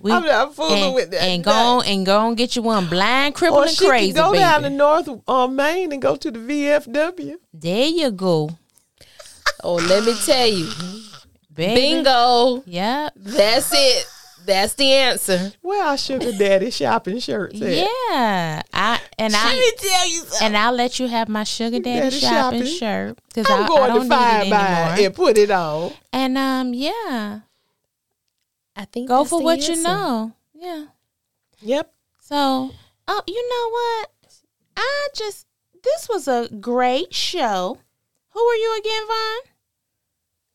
We, I'm not fooling and, with that. And go on and go on get you one blind, crippled, Or and she crazy. can go baby. down to North uh, Maine and go to the VFW. there you go. Oh, let me tell you. Baby. Bingo. Yep. That's it. That's the answer. Where our sugar daddy shopping shirts at? Yeah. I and I tell you something. And I'll let you have my sugar daddy, Daddy shopping, shopping. shirt because I'm I, I going don't to need it find anymore. mine and put it on. and um, yeah, I think go that's for the what you answer. know. Yeah. Yep. So, oh, you know what? I just this was a great show. Who were you again, Vaughn?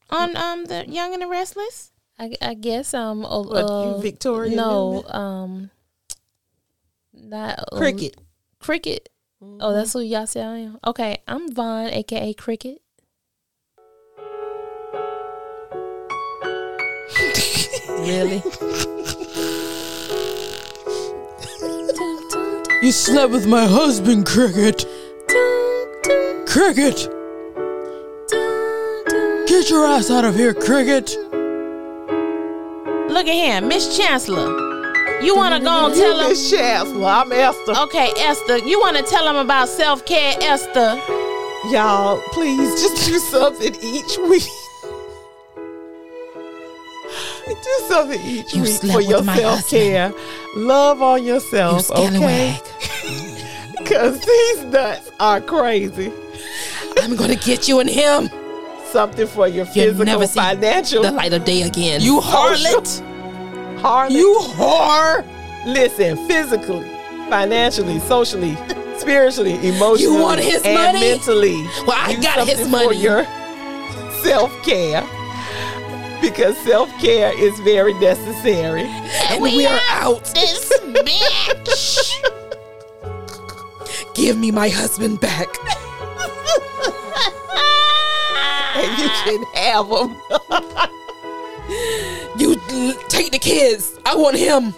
On um the Young and the Restless. I, I guess um uh, What, you Victorian? no um not uh, Cricket. cricket oh that's who y'all say I am okay I'm Vaughn aka Cricket really You slept with my husband, Cricket. Cricket, get your ass out of here, Cricket. Look at him, Miss Chancellor. You want to go and tell him? Miss Chancellor, I'm Esther. Okay, Esther, you want to tell him about self care, Esther? Y'all, please just do something each week. do something each You week slept for with your my self care. Love on yourself, okay? Because these nuts are crazy. I'm gonna get you and him. Something for your You'll physical, never see financial. the light of day again. You harlot. harlot. You whore. listen physically, financially, socially, spiritually, emotionally. want his and money? mentally. Well, I Do got his something for money. your self care because self care is very necessary. And we are out. This bitch. Give me my husband back. and you can have them. You take the kids. I want him.